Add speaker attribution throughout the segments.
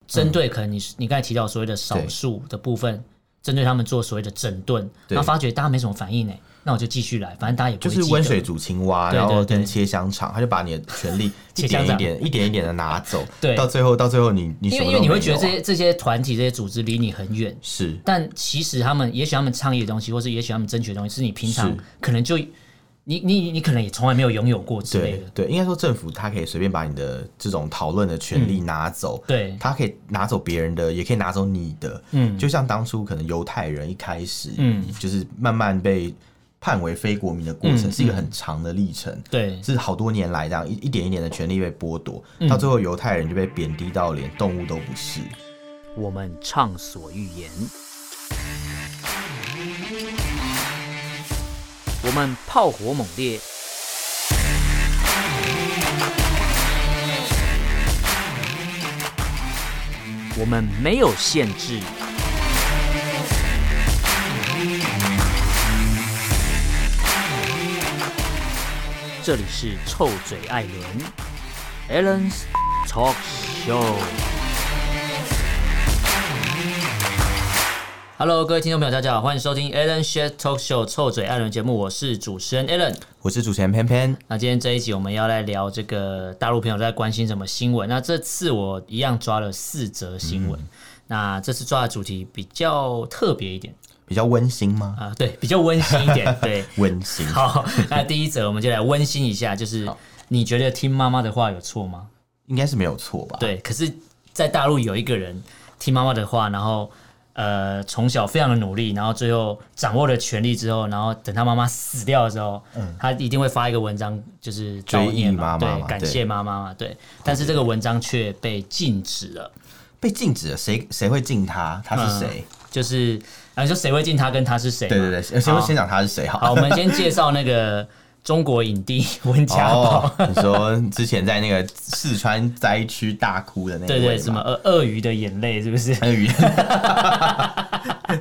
Speaker 1: 嗯
Speaker 2: 针对可能你你刚才提到所谓的少数的部分，针对他们做所谓的整顿，
Speaker 1: 对
Speaker 2: 然后发觉大家没什么反应呢，那我就继续来，反正大家也不
Speaker 1: 就
Speaker 2: 会
Speaker 1: 是
Speaker 2: 记得
Speaker 1: 温水煮青蛙，
Speaker 2: 对
Speaker 1: 然后
Speaker 2: 对对
Speaker 1: 跟切香肠，他就把你的权利一
Speaker 2: 切香
Speaker 1: 点
Speaker 2: 肠
Speaker 1: 一点、一点一点的拿走，
Speaker 2: 对
Speaker 1: 到最后，到最后你你什
Speaker 2: 因为
Speaker 1: 么
Speaker 2: 因
Speaker 1: 都
Speaker 2: 为你
Speaker 1: 没
Speaker 2: 会觉得
Speaker 1: 有
Speaker 2: 这
Speaker 1: 啊
Speaker 2: 些这些团体这些组织离你很远，
Speaker 1: 是
Speaker 2: 但其实他们也许他们倡议的东西，或是也许他们争取的东西，是你平常
Speaker 1: 是
Speaker 2: 可能就你你你可能也从来没有拥有过之类
Speaker 1: 对
Speaker 2: 的。
Speaker 1: 对，应该说政府它可以随便把你的这种讨论的权利拿走，
Speaker 2: 嗯对
Speaker 1: 它可以拿走别人的，也可以拿走你的，
Speaker 2: 嗯
Speaker 1: 就像当初可能犹太人一开始，
Speaker 2: 嗯
Speaker 1: 就是慢慢被判为非国民的过程，
Speaker 2: 嗯
Speaker 1: 是一个很长的历程。
Speaker 2: 对
Speaker 1: 是好多年来这样一一点一点的权利被剥夺，
Speaker 2: 嗯
Speaker 1: 到最后犹太人就被贬低到连动物都不是。
Speaker 2: 我们畅所欲言；我们炮火猛烈；我们没有限制。这里是臭嘴艾伦 a l l e n s Talk Show。Hello，各位听众朋友，大家好，欢迎收听 Alan s h a t Talk Show 臭嘴艾伦节目，我是主持人 Alan。
Speaker 1: 我是主持人偏偏，
Speaker 2: 那今天这一集我们要来聊这个大陆朋友在关心什么新闻？那这次我一样抓了四则新闻，那这次抓的主题比较特别一点
Speaker 1: 比较温馨吗？
Speaker 2: 啊、对，比较温馨一点，对。
Speaker 1: 温馨，
Speaker 2: 好，那第一则我们就来温馨一下，就是你觉得听妈妈的话有错吗？
Speaker 1: 应该是没有错吧？，
Speaker 2: 对，可是，在大陆有一个人听妈妈的话，然后呃，从小非常的努力，然后最后掌握了权力之后，然后等他妈妈死掉的时候，他一定会发一个文章，就是悼
Speaker 1: 嗯追忆
Speaker 2: 念嘛，
Speaker 1: 妈妈
Speaker 2: 对，
Speaker 1: 嘛
Speaker 2: 感
Speaker 1: 对
Speaker 2: 谢妈妈嘛，对。但是这个文章却被禁止了，
Speaker 1: 被禁止了，谁谁会禁他？他
Speaker 2: 嗯
Speaker 1: 是谁？
Speaker 2: 就是啊，你说谁会进他跟他是谁？
Speaker 1: 对对对，，先先
Speaker 2: 好
Speaker 1: 先讲他是谁好。
Speaker 2: 好，我们先介绍那个中国影帝温家宝。
Speaker 1: 哦，你说之前在那个四川灾区大哭的那
Speaker 2: 对
Speaker 1: 一位
Speaker 2: 对，
Speaker 1: 吗
Speaker 2: 什么？鳄鳄鱼的眼泪是不是？
Speaker 1: 那个语言，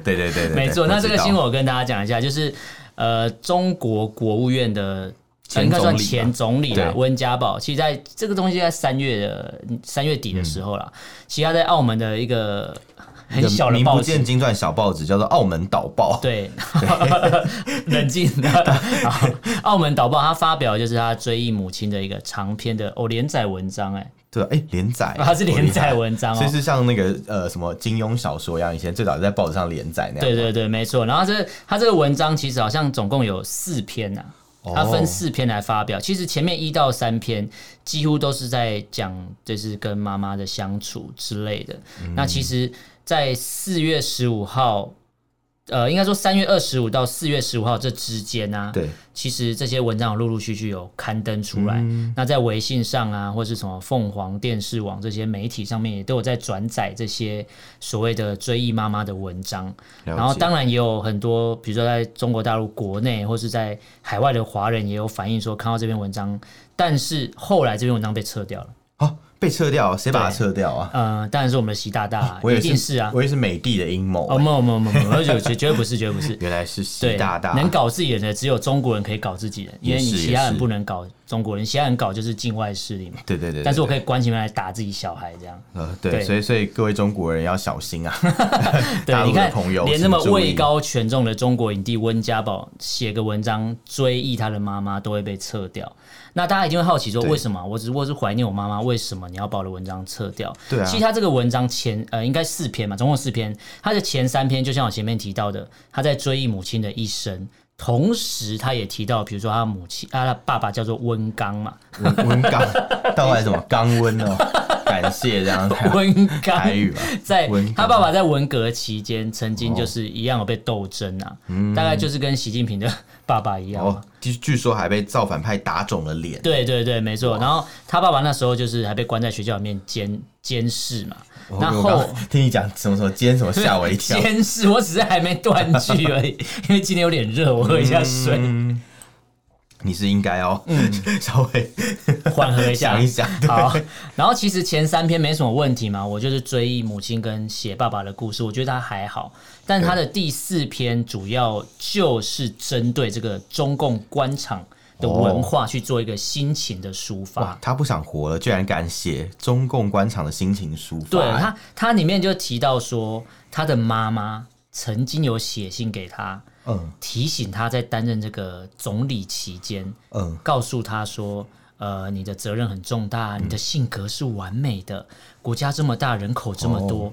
Speaker 1: 对对对对对，
Speaker 2: 没错，那这个新
Speaker 1: 我
Speaker 2: 闻我跟大家讲一下，就是呃，中国国务院的。呃
Speaker 1: 前
Speaker 2: 应该算
Speaker 1: 总理吧
Speaker 2: 前总理啦
Speaker 1: 对，
Speaker 2: 温家宝。其实在这个东西在三月的三月底的时候啦，其实他在澳门的一个
Speaker 1: 知道
Speaker 2: 很小的
Speaker 1: 名
Speaker 2: 报
Speaker 1: 不
Speaker 2: 纸
Speaker 1: 见，经传小报纸叫做《澳门导报》，
Speaker 2: 对， 冷静。好澳门导报他发表就是他追忆母亲的一个长篇的哦连载文章，哎，
Speaker 1: 对，哎，连载，
Speaker 2: 它是连载文
Speaker 1: 好
Speaker 2: 章
Speaker 1: 厉害，所
Speaker 2: 哦
Speaker 1: 以。是像那个呃什么金庸小说一样，以前最早在报纸上连载那样，
Speaker 2: 对对对，没错。然后这他这个文章其实好像总共有四篇呐、
Speaker 1: 哦
Speaker 2: 它分四篇来发表。其实前面一到三篇几乎都是在讲，就是跟妈妈的相处之类的。
Speaker 1: 嗯
Speaker 2: 那其实，在四月十五号，呃，应该说三月二十五到四月十五号这之间啊，
Speaker 1: 对，
Speaker 2: 其实这些文章有陆陆续续有刊登出来。
Speaker 1: 嗯
Speaker 2: 那在微信上啊，或是什么凤凰电视网这些媒体上面，也都有在转载这些所谓的追忆妈妈的文章。
Speaker 1: 了解
Speaker 2: 然后当然也有很多，比如说在中国大陆国内或是在海外的华人也有反映说看到这篇文章，但是后来这篇文章被撤掉了。
Speaker 1: 哦被撤掉，谁把它
Speaker 2: 对
Speaker 1: 撤掉啊？
Speaker 2: 呃，当然是我们的习大大、啊，
Speaker 1: 我
Speaker 2: 一
Speaker 1: 也
Speaker 2: 定是啊。
Speaker 1: 我也是美帝的阴谋
Speaker 2: 哦，
Speaker 1: 欸，
Speaker 2: 没有没有没有，没有绝绝绝对不是，绝对不是。
Speaker 1: 原来是习
Speaker 2: 对，
Speaker 1: 大大，
Speaker 2: 能搞自己人的只有中国人可以搞自己人，因为你
Speaker 1: 也是
Speaker 2: 其他
Speaker 1: 也
Speaker 2: 人
Speaker 1: 是
Speaker 2: 不能搞中国人，其他人搞就是境外势力嘛。
Speaker 1: 对对对对，
Speaker 2: 但是我
Speaker 1: 对
Speaker 2: 可以关起门来打自己小孩这样。
Speaker 1: 呃，对，
Speaker 2: 对
Speaker 1: 所以所以各位中国人要小心啊！ 大
Speaker 2: 对，
Speaker 1: 陆
Speaker 2: 你
Speaker 1: 的
Speaker 2: 看
Speaker 1: 朋友，
Speaker 2: 连
Speaker 1: 请
Speaker 2: 那么
Speaker 1: 注意
Speaker 2: 位，高权重的中国影帝温家宝写个文章追忆他的妈妈，都会被撤掉。那大家一定会好奇说，
Speaker 1: 对
Speaker 2: 为什么？我只我是怀念我妈妈，为什么你要把我的文章撤掉？
Speaker 1: 对啊
Speaker 2: 其实他这个文章前呃应该四篇嘛，总共四篇，他的前三篇就像我前面提到的，他在追忆母亲的一生。同时，他也提到，比如说他母亲，啊，他爸爸叫做温刚 嘛，
Speaker 1: 温温刚，到底是什么刚 温哦？感谢这样子，
Speaker 2: 温刚
Speaker 1: 台语吧，
Speaker 2: 在
Speaker 1: 文革哦
Speaker 2: 他爸爸在文革期间，曾经就是一样有被斗争啊，大概就是跟习近平的 爸爸一样嘛。
Speaker 1: 嗯哦，据据说还被造反派打肿了脸，
Speaker 2: 对对对，没错。然后他爸爸那时候就是还被关在学校里面监监视嘛，
Speaker 1: 我
Speaker 2: 然
Speaker 1: 哦我
Speaker 2: 后
Speaker 1: 刚听你讲什么什么，今天什么吓我一 跳，
Speaker 2: 监视，我只是还没断句而已，因为今天有点热，我喝一下水，
Speaker 1: 嗯
Speaker 2: 嗯
Speaker 1: 你是应该哦， 稍微
Speaker 2: 缓和一下
Speaker 1: 想一。想， 对
Speaker 2: 好，然后其实前三篇没什么问题嘛，我就是追忆母亲跟写爸爸的故事，我觉得他还好。但他的第四篇主要就是针对这个中共官场的文化去做一个心情的抒发
Speaker 1: 哇。，他不想活了，居然敢写中共官场的心情抒发。
Speaker 2: 对他，他里面就提到说，他的妈妈曾经有写信给他，
Speaker 1: 嗯
Speaker 2: 提醒他在担任这个总理期间，
Speaker 1: 嗯，
Speaker 2: 告诉他说。呃，你的责任很重大，你的性格是完美的，国家这么大，人口这么多，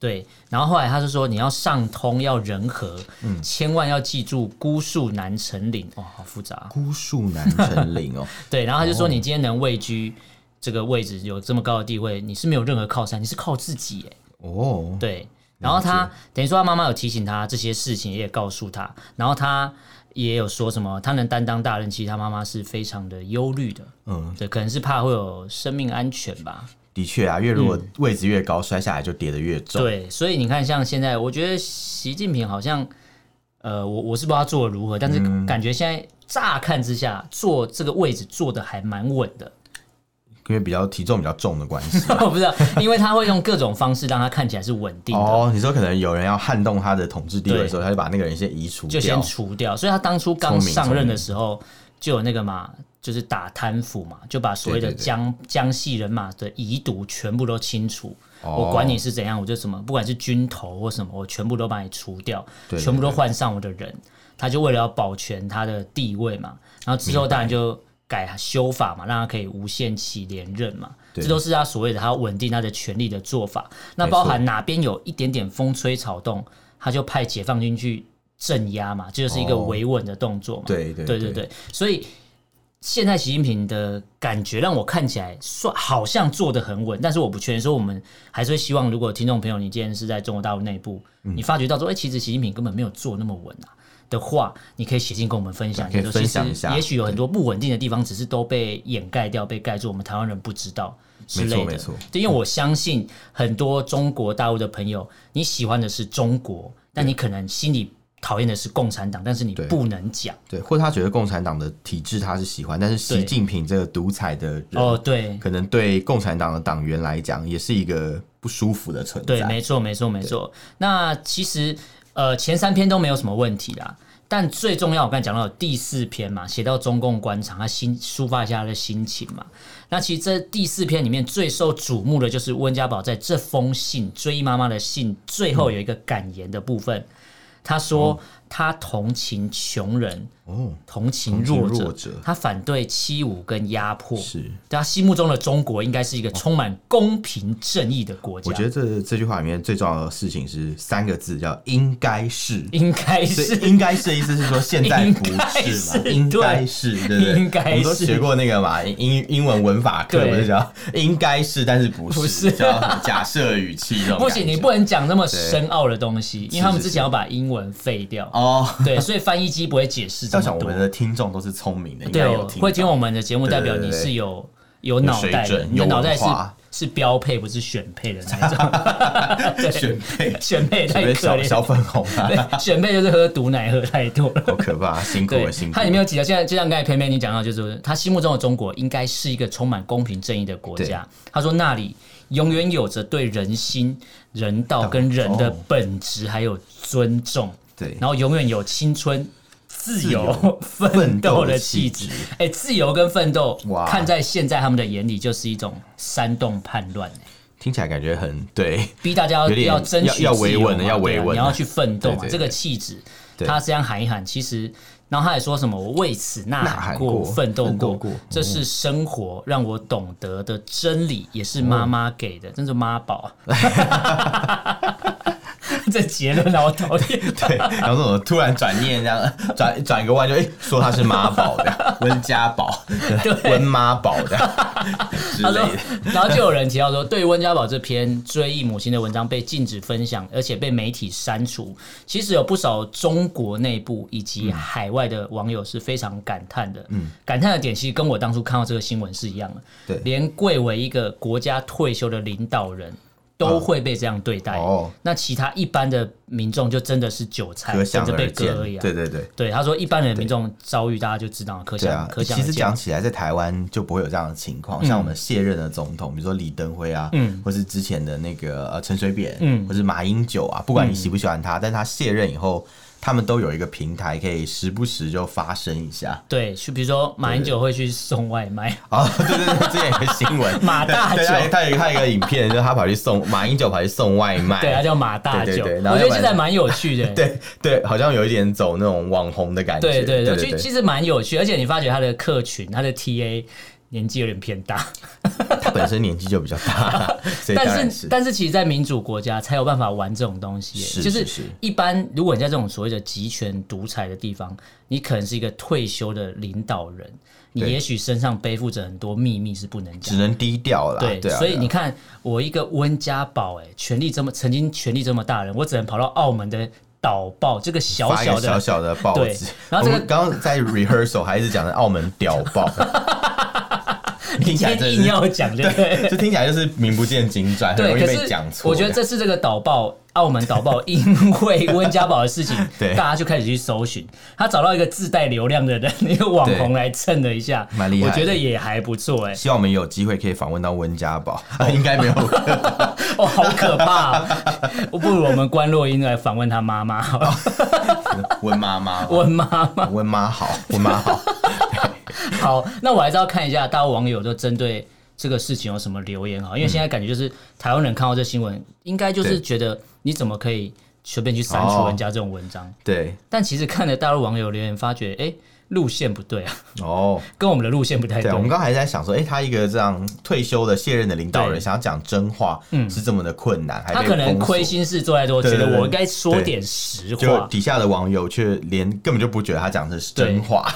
Speaker 2: 对。然后后来他就说，你要上通，要人和，千万要记住孤树难成林。哦，嗯好复杂啊、
Speaker 1: 孤树难成林 哦，
Speaker 2: 对，然后他就说，你今天能位居这个位置，有这么高的地位，你是没有任何靠山，你是靠自己、欸。
Speaker 1: 哦，
Speaker 2: 对，然后他等于说他妈妈有提醒他这些事情，也告诉他，然后他也有说什么，他能担当大任，其实他妈妈是非常的忧虑的，
Speaker 1: 嗯，
Speaker 2: 对，可能是怕会有生命安全吧，
Speaker 1: 的确啊，越如果位置越高，摔下来就跌得越重。
Speaker 2: 嗯对，所以你看，像现在，我觉得习近平好像，呃，我我是不知道他做的如何，但是
Speaker 1: 嗯
Speaker 2: 感觉现在乍看之下，坐这个位置坐的还蛮稳的。
Speaker 1: 因为比较体重比较重的关系。
Speaker 2: 我不知道，因为他会用各种方式让他看起来是稳定的，
Speaker 1: 哦，你说可能有人要撼动他的统治地位的时候，他就把那个人先移除
Speaker 2: 就
Speaker 1: 掉。
Speaker 2: 先除掉。所以他当初刚
Speaker 1: 聪明
Speaker 2: 上任的时候，就有那个嘛，就是打贪腐嘛，就把所谓的
Speaker 1: 对对对
Speaker 2: 江江西人马的遗毒全部都清除。
Speaker 1: 哦
Speaker 2: 我管你是怎样，我就什么，不管是军头或什么，我全部都把你除掉，
Speaker 1: 对对
Speaker 2: 全部都换上我的人。他就为了要保全他的地位嘛，然后之后当然就改修法嘛，让他可以无限期连任嘛，
Speaker 1: 对
Speaker 2: 这都是他所谓的他要稳定他的权力的做法。那
Speaker 1: 没
Speaker 2: 包
Speaker 1: 错
Speaker 2: 含哪边有一点点风吹草动，他就派解放军去镇压嘛，这就是一个
Speaker 1: 哦
Speaker 2: 维稳的动作嘛。
Speaker 1: 对对
Speaker 2: 对对
Speaker 1: 对
Speaker 2: 对，所以现在习近平的感觉让我看起来算好像做的很稳，但是我不确定，所以我们还是会希望，如果听众朋友你今天是在中国大陆内部，
Speaker 1: 嗯
Speaker 2: 你发觉到说，哎、其实习近平根本没有做那么稳啊。的话，你可以写信跟我们分享，
Speaker 1: 对可以
Speaker 2: 就是说其
Speaker 1: 分享一
Speaker 2: 实
Speaker 1: 下
Speaker 2: 也许有很多不稳定的地方，只是都被掩盖掉、被盖住，我们台湾人不知道之类
Speaker 1: 没
Speaker 2: 的
Speaker 1: 错没错。
Speaker 2: 对，因为我相信很多中国大陆的朋友，你喜欢的是中国，但你可能心里讨厌的是共产党，但是你
Speaker 1: 对
Speaker 2: 不能讲。
Speaker 1: 对，或者他觉得共产党的体制他是喜欢，但是习
Speaker 2: 对
Speaker 1: 近平这个独裁的人，
Speaker 2: 哦，对
Speaker 1: 可能对共产党的党员来讲，也是一个不舒服的存在。
Speaker 2: 对，没错没错没错。那其实呃前三篇都没有什么问题啦，但最重要我刚才讲到有第四篇嘛，写到中共官场，他心抒发一下他的心情嘛。那其实这第四篇里面最受瞩目的就是温家宝在这封信追忆妈妈的信最后有一个感言的部分，他说他同情穷人，
Speaker 1: 哦，
Speaker 2: 同情弱
Speaker 1: 同情
Speaker 2: 者，啊
Speaker 1: 弱者
Speaker 2: 他反对欺侮跟压迫。
Speaker 1: 是，哦
Speaker 2: 对他心目中的中国应该是一个充满公平正义的国家。
Speaker 1: 我觉得这这句话里面最重要的事情是三个字，叫应该是。
Speaker 2: 应该
Speaker 1: 所以
Speaker 2: 是
Speaker 1: 应该是的意思是说现在不是嘛？
Speaker 2: 应
Speaker 1: 应
Speaker 2: 该
Speaker 1: 该是对不对？
Speaker 2: 应该是
Speaker 1: 我们都学过那个嘛，英英文文法课
Speaker 2: 对
Speaker 1: 不是叫应该是，但是不是
Speaker 2: 不是
Speaker 1: 叫什么假设语气这种
Speaker 2: 不
Speaker 1: 感觉。
Speaker 2: 行，你不能讲那么深奥的东西，因为他们
Speaker 1: 是
Speaker 2: 之
Speaker 1: 是
Speaker 2: 前要把英文废掉。
Speaker 1: 哦。
Speaker 2: 对，所以翻译机不会解释这
Speaker 1: 要想
Speaker 2: 么
Speaker 1: 我
Speaker 2: 多
Speaker 1: 们。的听众都是聪明的，应
Speaker 2: 对
Speaker 1: 该有
Speaker 2: 哦，
Speaker 1: 听
Speaker 2: 会听
Speaker 1: 到
Speaker 2: 我们的节目，代表
Speaker 1: 对对
Speaker 2: 你
Speaker 1: 对
Speaker 2: 是有有脑袋
Speaker 1: 水
Speaker 2: 的，
Speaker 1: 准
Speaker 2: 你的
Speaker 1: 有
Speaker 2: 脑袋是
Speaker 1: 文化
Speaker 2: 是标配，不是选配的那 种。对，
Speaker 1: 选配
Speaker 2: 选配
Speaker 1: 特
Speaker 2: 太
Speaker 1: 别
Speaker 2: 可
Speaker 1: 小
Speaker 2: 怜
Speaker 1: 小
Speaker 2: 了。
Speaker 1: 粉红啊，
Speaker 2: 对， 选配就是喝毒奶喝太多了。
Speaker 1: 好可怕，辛苦
Speaker 2: 对
Speaker 1: 了，辛，苦
Speaker 2: 它
Speaker 1: 了。
Speaker 2: 里面有几条，现在就像刚才偏偏你讲到，就是他心目中的中国应该是一个充满公平正义的国家。他说那里永远有着对人心、人道跟人的本质还有尊重，
Speaker 1: 哦对
Speaker 2: 然后永远有青春。自
Speaker 1: 自
Speaker 2: 由
Speaker 1: 由
Speaker 2: 奋斗的气质
Speaker 1: 奋斗的气质，
Speaker 2: 哎、自由跟奋斗，
Speaker 1: 哇
Speaker 2: 看在现在他们的眼里，就是一种煽动叛乱、哎
Speaker 1: 听起来感觉很对，
Speaker 2: 逼大家要
Speaker 1: 有点
Speaker 2: 要争取
Speaker 1: 要要
Speaker 2: 自由
Speaker 1: 维稳的
Speaker 2: 嘛
Speaker 1: 要
Speaker 2: 对
Speaker 1: 维
Speaker 2: 啊
Speaker 1: 稳
Speaker 2: 你要
Speaker 1: 的
Speaker 2: 去奋斗嘛，
Speaker 1: 对对
Speaker 2: 这个
Speaker 1: 对
Speaker 2: 气质。
Speaker 1: 对
Speaker 2: 他这样喊一喊，其实，然后他也说什么“我为此呐
Speaker 1: 呐喊
Speaker 2: 过，
Speaker 1: 过
Speaker 2: 奋斗
Speaker 1: 奋斗
Speaker 2: 过
Speaker 1: 过”，嗯
Speaker 2: 这是生活让我懂得的真理，也是妈妈给
Speaker 1: 嗯
Speaker 2: 的，真是妈宝。 这结论啊让我讨厌。
Speaker 1: 对，然后那种突然转念这样转转一个弯就哎、说他是妈宝的， 温家宝，温妈宝的之
Speaker 2: 他
Speaker 1: 类
Speaker 2: 说
Speaker 1: 的，，
Speaker 2: 然后就有人提到说，对温家宝这篇追忆母亲的文章被禁止分享，而且被媒体删除。其实有不少中国内部以
Speaker 1: 嗯
Speaker 2: 及海外的网友是非常感叹的。嗯，感叹的点其实跟我当初看到这个新闻是一样的。
Speaker 1: 对
Speaker 2: 连贵为一个国家退休的领导人都会被这样对待。
Speaker 1: 啊哦
Speaker 2: 那其他一般的民众就真的是韭菜，
Speaker 1: 可
Speaker 2: 甚
Speaker 1: 想
Speaker 2: 至哎被
Speaker 1: 而
Speaker 2: 割而已
Speaker 1: 知。
Speaker 2: 啊。
Speaker 1: 对对对，
Speaker 2: 对，他说一般人民众遭遇，大家就知道可
Speaker 1: 对
Speaker 2: 想、
Speaker 1: 啊
Speaker 2: 可，想
Speaker 1: 其
Speaker 2: 而
Speaker 1: 实
Speaker 2: 知。
Speaker 1: 讲起来，在台湾就不会有这样的情况。像我们卸任的总统，比如说李登辉啊，
Speaker 2: 嗯
Speaker 1: 或是之前的那个呃陈水扁，
Speaker 2: 嗯
Speaker 1: 或是马英九啊，不管你喜不喜欢他，但他卸任以后，他们都有一个平台可以时不时就发声一下。
Speaker 2: 对，就比如说马英九会去送外卖，
Speaker 1: 啊，对对对，之前有个新闻，
Speaker 2: 马大
Speaker 1: 对，他
Speaker 2: 九
Speaker 1: 他有他有一个影片，就是他跑去送马英九跑去送外卖，
Speaker 2: 对，他啊叫马大
Speaker 1: 对
Speaker 2: 九，
Speaker 1: 对对然后
Speaker 2: 我觉得
Speaker 1: 要不
Speaker 2: 现
Speaker 1: 然
Speaker 2: 在蛮有趣的。
Speaker 1: 对对，好像有一点走那种网红的感觉，
Speaker 2: 对对
Speaker 1: 对
Speaker 2: 对，其其实蛮有趣，而且你发觉他的客群，他的 TA 年纪有点偏大，
Speaker 1: 他本身年纪就比较大， 所以当
Speaker 2: 但
Speaker 1: 然
Speaker 2: 是
Speaker 1: 是
Speaker 2: 但是其实，在民主国家才有办法玩这种东西耶，
Speaker 1: 是
Speaker 2: 就是
Speaker 1: 是
Speaker 2: 一般如果你在这种所谓的集权独裁的地方，你可能是一个退休的领导人，你
Speaker 1: 对
Speaker 2: 也许身上背负着很多秘密是不能
Speaker 1: 只
Speaker 2: 讲的。
Speaker 1: 能低调啦。
Speaker 2: 对，
Speaker 1: 对啊，
Speaker 2: 所以
Speaker 1: 对啊
Speaker 2: 你看，我一个温家宝，哎，权力这么曾经权力这么大的人，我只能跑到澳门的导报这个小
Speaker 1: 发一
Speaker 2: 小
Speaker 1: 个
Speaker 2: 的
Speaker 1: 小小的报
Speaker 2: 对
Speaker 1: 纸。
Speaker 2: 然后这个
Speaker 1: 我们刚刚在 rehearsal 还一直讲的澳门屌 爆，听起来
Speaker 2: 天
Speaker 1: 真
Speaker 2: 硬
Speaker 1: 的
Speaker 2: 要讲，对不对？
Speaker 1: 是，就听起来就是名不见经传，很容
Speaker 2: 对，
Speaker 1: 易
Speaker 2: 可
Speaker 1: 被
Speaker 2: 是
Speaker 1: 讲错。
Speaker 2: 我觉得这次这个导报，澳门导报，因为温家宝的事情，
Speaker 1: 对
Speaker 2: 大家就开始去搜寻，他找到一个自带流量的人，一个网红来蹭了一下，
Speaker 1: 蛮厉害
Speaker 2: 我
Speaker 1: 的
Speaker 2: 觉得也还不错，哎，
Speaker 1: 希望我们有机会可以访问到温 家宝，应该没有。
Speaker 2: 哦，好可怕啊，不如我们关洛英来访问他妈妈
Speaker 1: 哦
Speaker 2: 好了，
Speaker 1: 温妈妈，
Speaker 2: 问妈 妈。
Speaker 1: 温妈好，温妈好。
Speaker 2: 好，那我还是要看一下大家网友都针对这个事情有什么留言哈，因为现在感觉就是台湾人看到这新闻，应该就是
Speaker 1: 嗯对
Speaker 2: 觉得你怎么可以随便去删除
Speaker 1: 哦
Speaker 2: 人家这种文章？
Speaker 1: 对，
Speaker 2: 但其实看了大陆网友留言，发觉哎、诶路线不对啊，
Speaker 1: 哦，
Speaker 2: 跟我们的路线不太
Speaker 1: 对，啊我们
Speaker 2: 对。
Speaker 1: 刚才在想说，哎、他一个这样退休的卸任的领导
Speaker 2: 对嗯
Speaker 1: 人，想要讲真话，是这么的困难，还
Speaker 2: 他
Speaker 1: 被
Speaker 2: 可能
Speaker 1: 封锁
Speaker 2: 亏心事做太多，
Speaker 1: 对
Speaker 2: 觉
Speaker 1: 对
Speaker 2: 得
Speaker 1: 对
Speaker 2: 我应该说
Speaker 1: 对
Speaker 2: 点实
Speaker 1: 就
Speaker 2: 话。
Speaker 1: 底下的网友却连根本就不觉得他讲的是真话，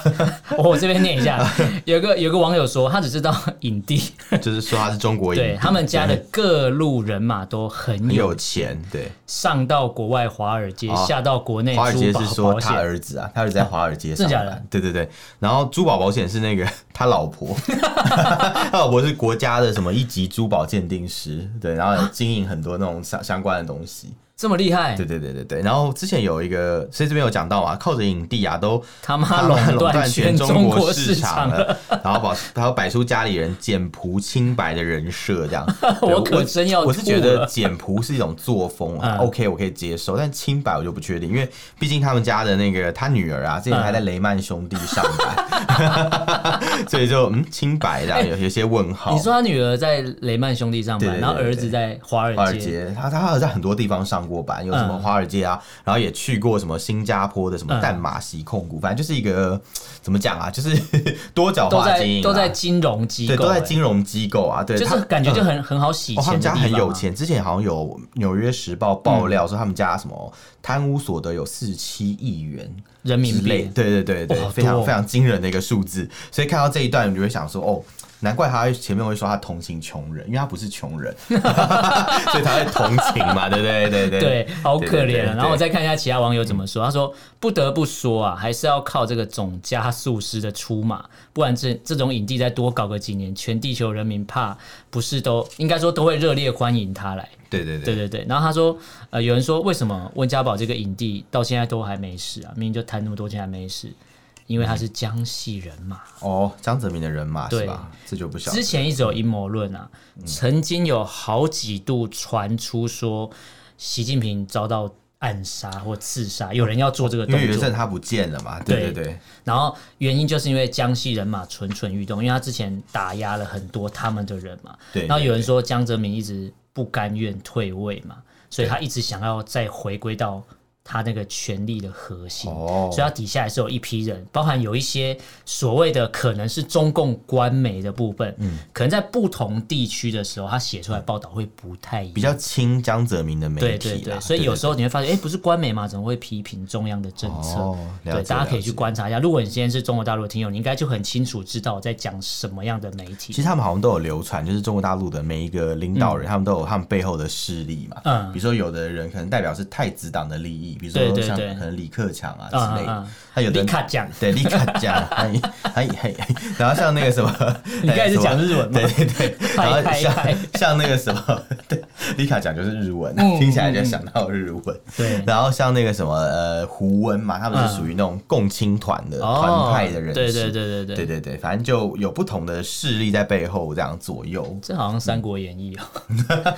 Speaker 2: 哦我我这边念一下，有个有个网友说，他只知道影帝，
Speaker 1: 就是说他是中国影
Speaker 2: 对
Speaker 1: 帝
Speaker 2: 他们家的
Speaker 1: 对
Speaker 2: 各路人马都很
Speaker 1: 很有
Speaker 2: 有，
Speaker 1: 钱，对。
Speaker 2: 上到国外华尔街，
Speaker 1: 哦
Speaker 2: 下到国内
Speaker 1: 华尔街
Speaker 2: 珠
Speaker 1: 是
Speaker 2: 宝
Speaker 1: 说
Speaker 2: 保
Speaker 1: 他
Speaker 2: 险。
Speaker 1: 儿子啊，他儿子在华尔街上
Speaker 2: 真的假的
Speaker 1: 班，对对对。然后珠宝保险是那个 他老婆，他老婆是国家的什么一级珠宝鉴定师，对，然后有经营很多那种相相关的东西。
Speaker 2: 这么厉害
Speaker 1: 对，对对对对。然后之前有一个，所以这边有讲到啊，靠着影帝啊，都
Speaker 2: 他妈垄断全
Speaker 1: 全
Speaker 2: 中国
Speaker 1: 国
Speaker 2: 市
Speaker 1: 场啊
Speaker 2: 场啊了，
Speaker 1: 了，然后把然后摆出家里人简朴清白的人 设这样。对
Speaker 2: 我可真要
Speaker 1: 我是
Speaker 2: 吐
Speaker 1: 觉得
Speaker 2: 了
Speaker 1: 简朴是一种作风
Speaker 2: 嗯
Speaker 1: ，OK 我可以接受，但清白我就不确定，因为毕竟他们家的那个他女儿啊，之
Speaker 2: 嗯
Speaker 1: 前还在雷曼兄弟上班， 所以就嗯清白的啊有有些问 号
Speaker 2: 你。说他女儿在雷曼兄弟上
Speaker 1: 对
Speaker 2: 班，
Speaker 1: 对对
Speaker 2: 然后儿子
Speaker 1: 对
Speaker 2: 在华
Speaker 1: 华
Speaker 2: 尔
Speaker 1: 尔
Speaker 2: 街，
Speaker 1: 街，他他好像在很多地方上过班，有什么
Speaker 2: 嗯
Speaker 1: 华尔街啊，然后也去过什么新加坡的什么淡马锡控股，反正就是一个怎么讲啊，就是 多角
Speaker 2: 都
Speaker 1: 化
Speaker 2: 在
Speaker 1: 经营啊，
Speaker 2: 都在金融机
Speaker 1: 对
Speaker 2: 构，
Speaker 1: 都在
Speaker 2: 欸
Speaker 1: 金融机构啊，对，
Speaker 2: 就是
Speaker 1: 他
Speaker 2: 感觉就
Speaker 1: 嗯
Speaker 2: 很很好洗
Speaker 1: 哦，他
Speaker 2: 钱的地
Speaker 1: 们家
Speaker 2: 方啊，嗯
Speaker 1: 很有钱，之前好像有《纽约时报》爆料说他们家什么贪污所得有四十七亿元
Speaker 2: 人民
Speaker 1: 之类
Speaker 2: 币，
Speaker 1: 对对对对，
Speaker 2: 哇好
Speaker 1: 非
Speaker 2: 多哦
Speaker 1: 常非常惊人的一个数字。所以看到这一段，你就会想说，哦，难怪他前面会说他同情穷人，因为他不是 穷人，所以他会同情嘛，对不对？对对
Speaker 2: 对，好
Speaker 1: 对
Speaker 2: 可
Speaker 1: 对
Speaker 2: 怜
Speaker 1: 对
Speaker 2: 啊。
Speaker 1: 对
Speaker 2: 然后我再看一下其他网友怎么说，他说不得不说啊，还是要靠这个总加速师的出马，不然这这种影帝再多搞个几年，全地球人民怕不是都应该说都会热烈欢迎他来。
Speaker 1: 对对
Speaker 2: 对
Speaker 1: 对。
Speaker 2: 对对，然后他说，呃，有人说为什么温家宝这个影帝到现在都还没事啊？明明就贪那么多钱还没事，因为他是江西人嘛。
Speaker 1: 哦，江泽民的人马
Speaker 2: 对
Speaker 1: 是吧？这就不晓得
Speaker 2: 之。前一直有阴谋论啊，
Speaker 1: 嗯
Speaker 2: 曾经有好几度传出说习近平遭到暗杀或刺杀，有人要做这个
Speaker 1: 因
Speaker 2: 动
Speaker 1: 为有一
Speaker 2: 作
Speaker 1: 阵，他不见了嘛，对
Speaker 2: 对
Speaker 1: 对对，
Speaker 2: 然后原因就是因为江西人马蠢蠢欲动，因为他之前打压了很多他们的人嘛，
Speaker 1: 对
Speaker 2: 然后有人
Speaker 1: 对
Speaker 2: 说江泽民一直不甘愿退位嘛，所以他一直想要再回归到他那个权力的核心，
Speaker 1: 哦
Speaker 2: 所以他底下还是有一批人，包含有一些所谓的可能是中共官媒的部分，
Speaker 1: 嗯
Speaker 2: 可能在不同地区的时候，他写出来报道会不太一样。
Speaker 1: 比较亲江泽民的媒体
Speaker 2: 对
Speaker 1: 啦，
Speaker 2: 对对，所以有时候你会发现，哎，不是官媒嘛，怎么会批评中央的政策？
Speaker 1: 哦了
Speaker 2: 对，
Speaker 1: 解
Speaker 2: 大家可以
Speaker 1: 了
Speaker 2: 去
Speaker 1: 解
Speaker 2: 观察一下。如果你今天是中国大陆的听友，你应该就很清楚知道我在讲什么样的媒体
Speaker 1: 其。实他们好像都有流传，就是中国大陆的每一个领导人，他们都有他们背后的势力嘛。
Speaker 2: 嗯
Speaker 1: 比如说有的人可能代表是太子党的利益，题，比如
Speaker 2: 对
Speaker 1: 说
Speaker 2: 对
Speaker 1: 像
Speaker 2: 对
Speaker 1: 可能李克强啊
Speaker 2: 啊
Speaker 1: 之
Speaker 2: 啊
Speaker 1: 类的
Speaker 2: 啊，
Speaker 1: 他有的
Speaker 2: 立卡奖，
Speaker 1: 对立刻 讲，哎哎哎，哎然后像那个什么，
Speaker 2: 你刚才是讲日文吗
Speaker 1: 对对对，
Speaker 2: 嗨
Speaker 1: 然后
Speaker 2: 嗨嗨
Speaker 1: 像像那个什么， 对，立刻讲就是日文啊
Speaker 2: 嗯，
Speaker 1: 听起来就
Speaker 2: 嗯
Speaker 1: 想到日文。
Speaker 2: 对，嗯
Speaker 1: 然后像那个什么呃胡温嘛，他们是属于那种共青团的
Speaker 2: 哦
Speaker 1: 团派的人士，
Speaker 2: 对对对对
Speaker 1: 对
Speaker 2: 对，
Speaker 1: 对对，反正就有不同的势力在背后这样左右，
Speaker 2: 这好像《三国演义》哦，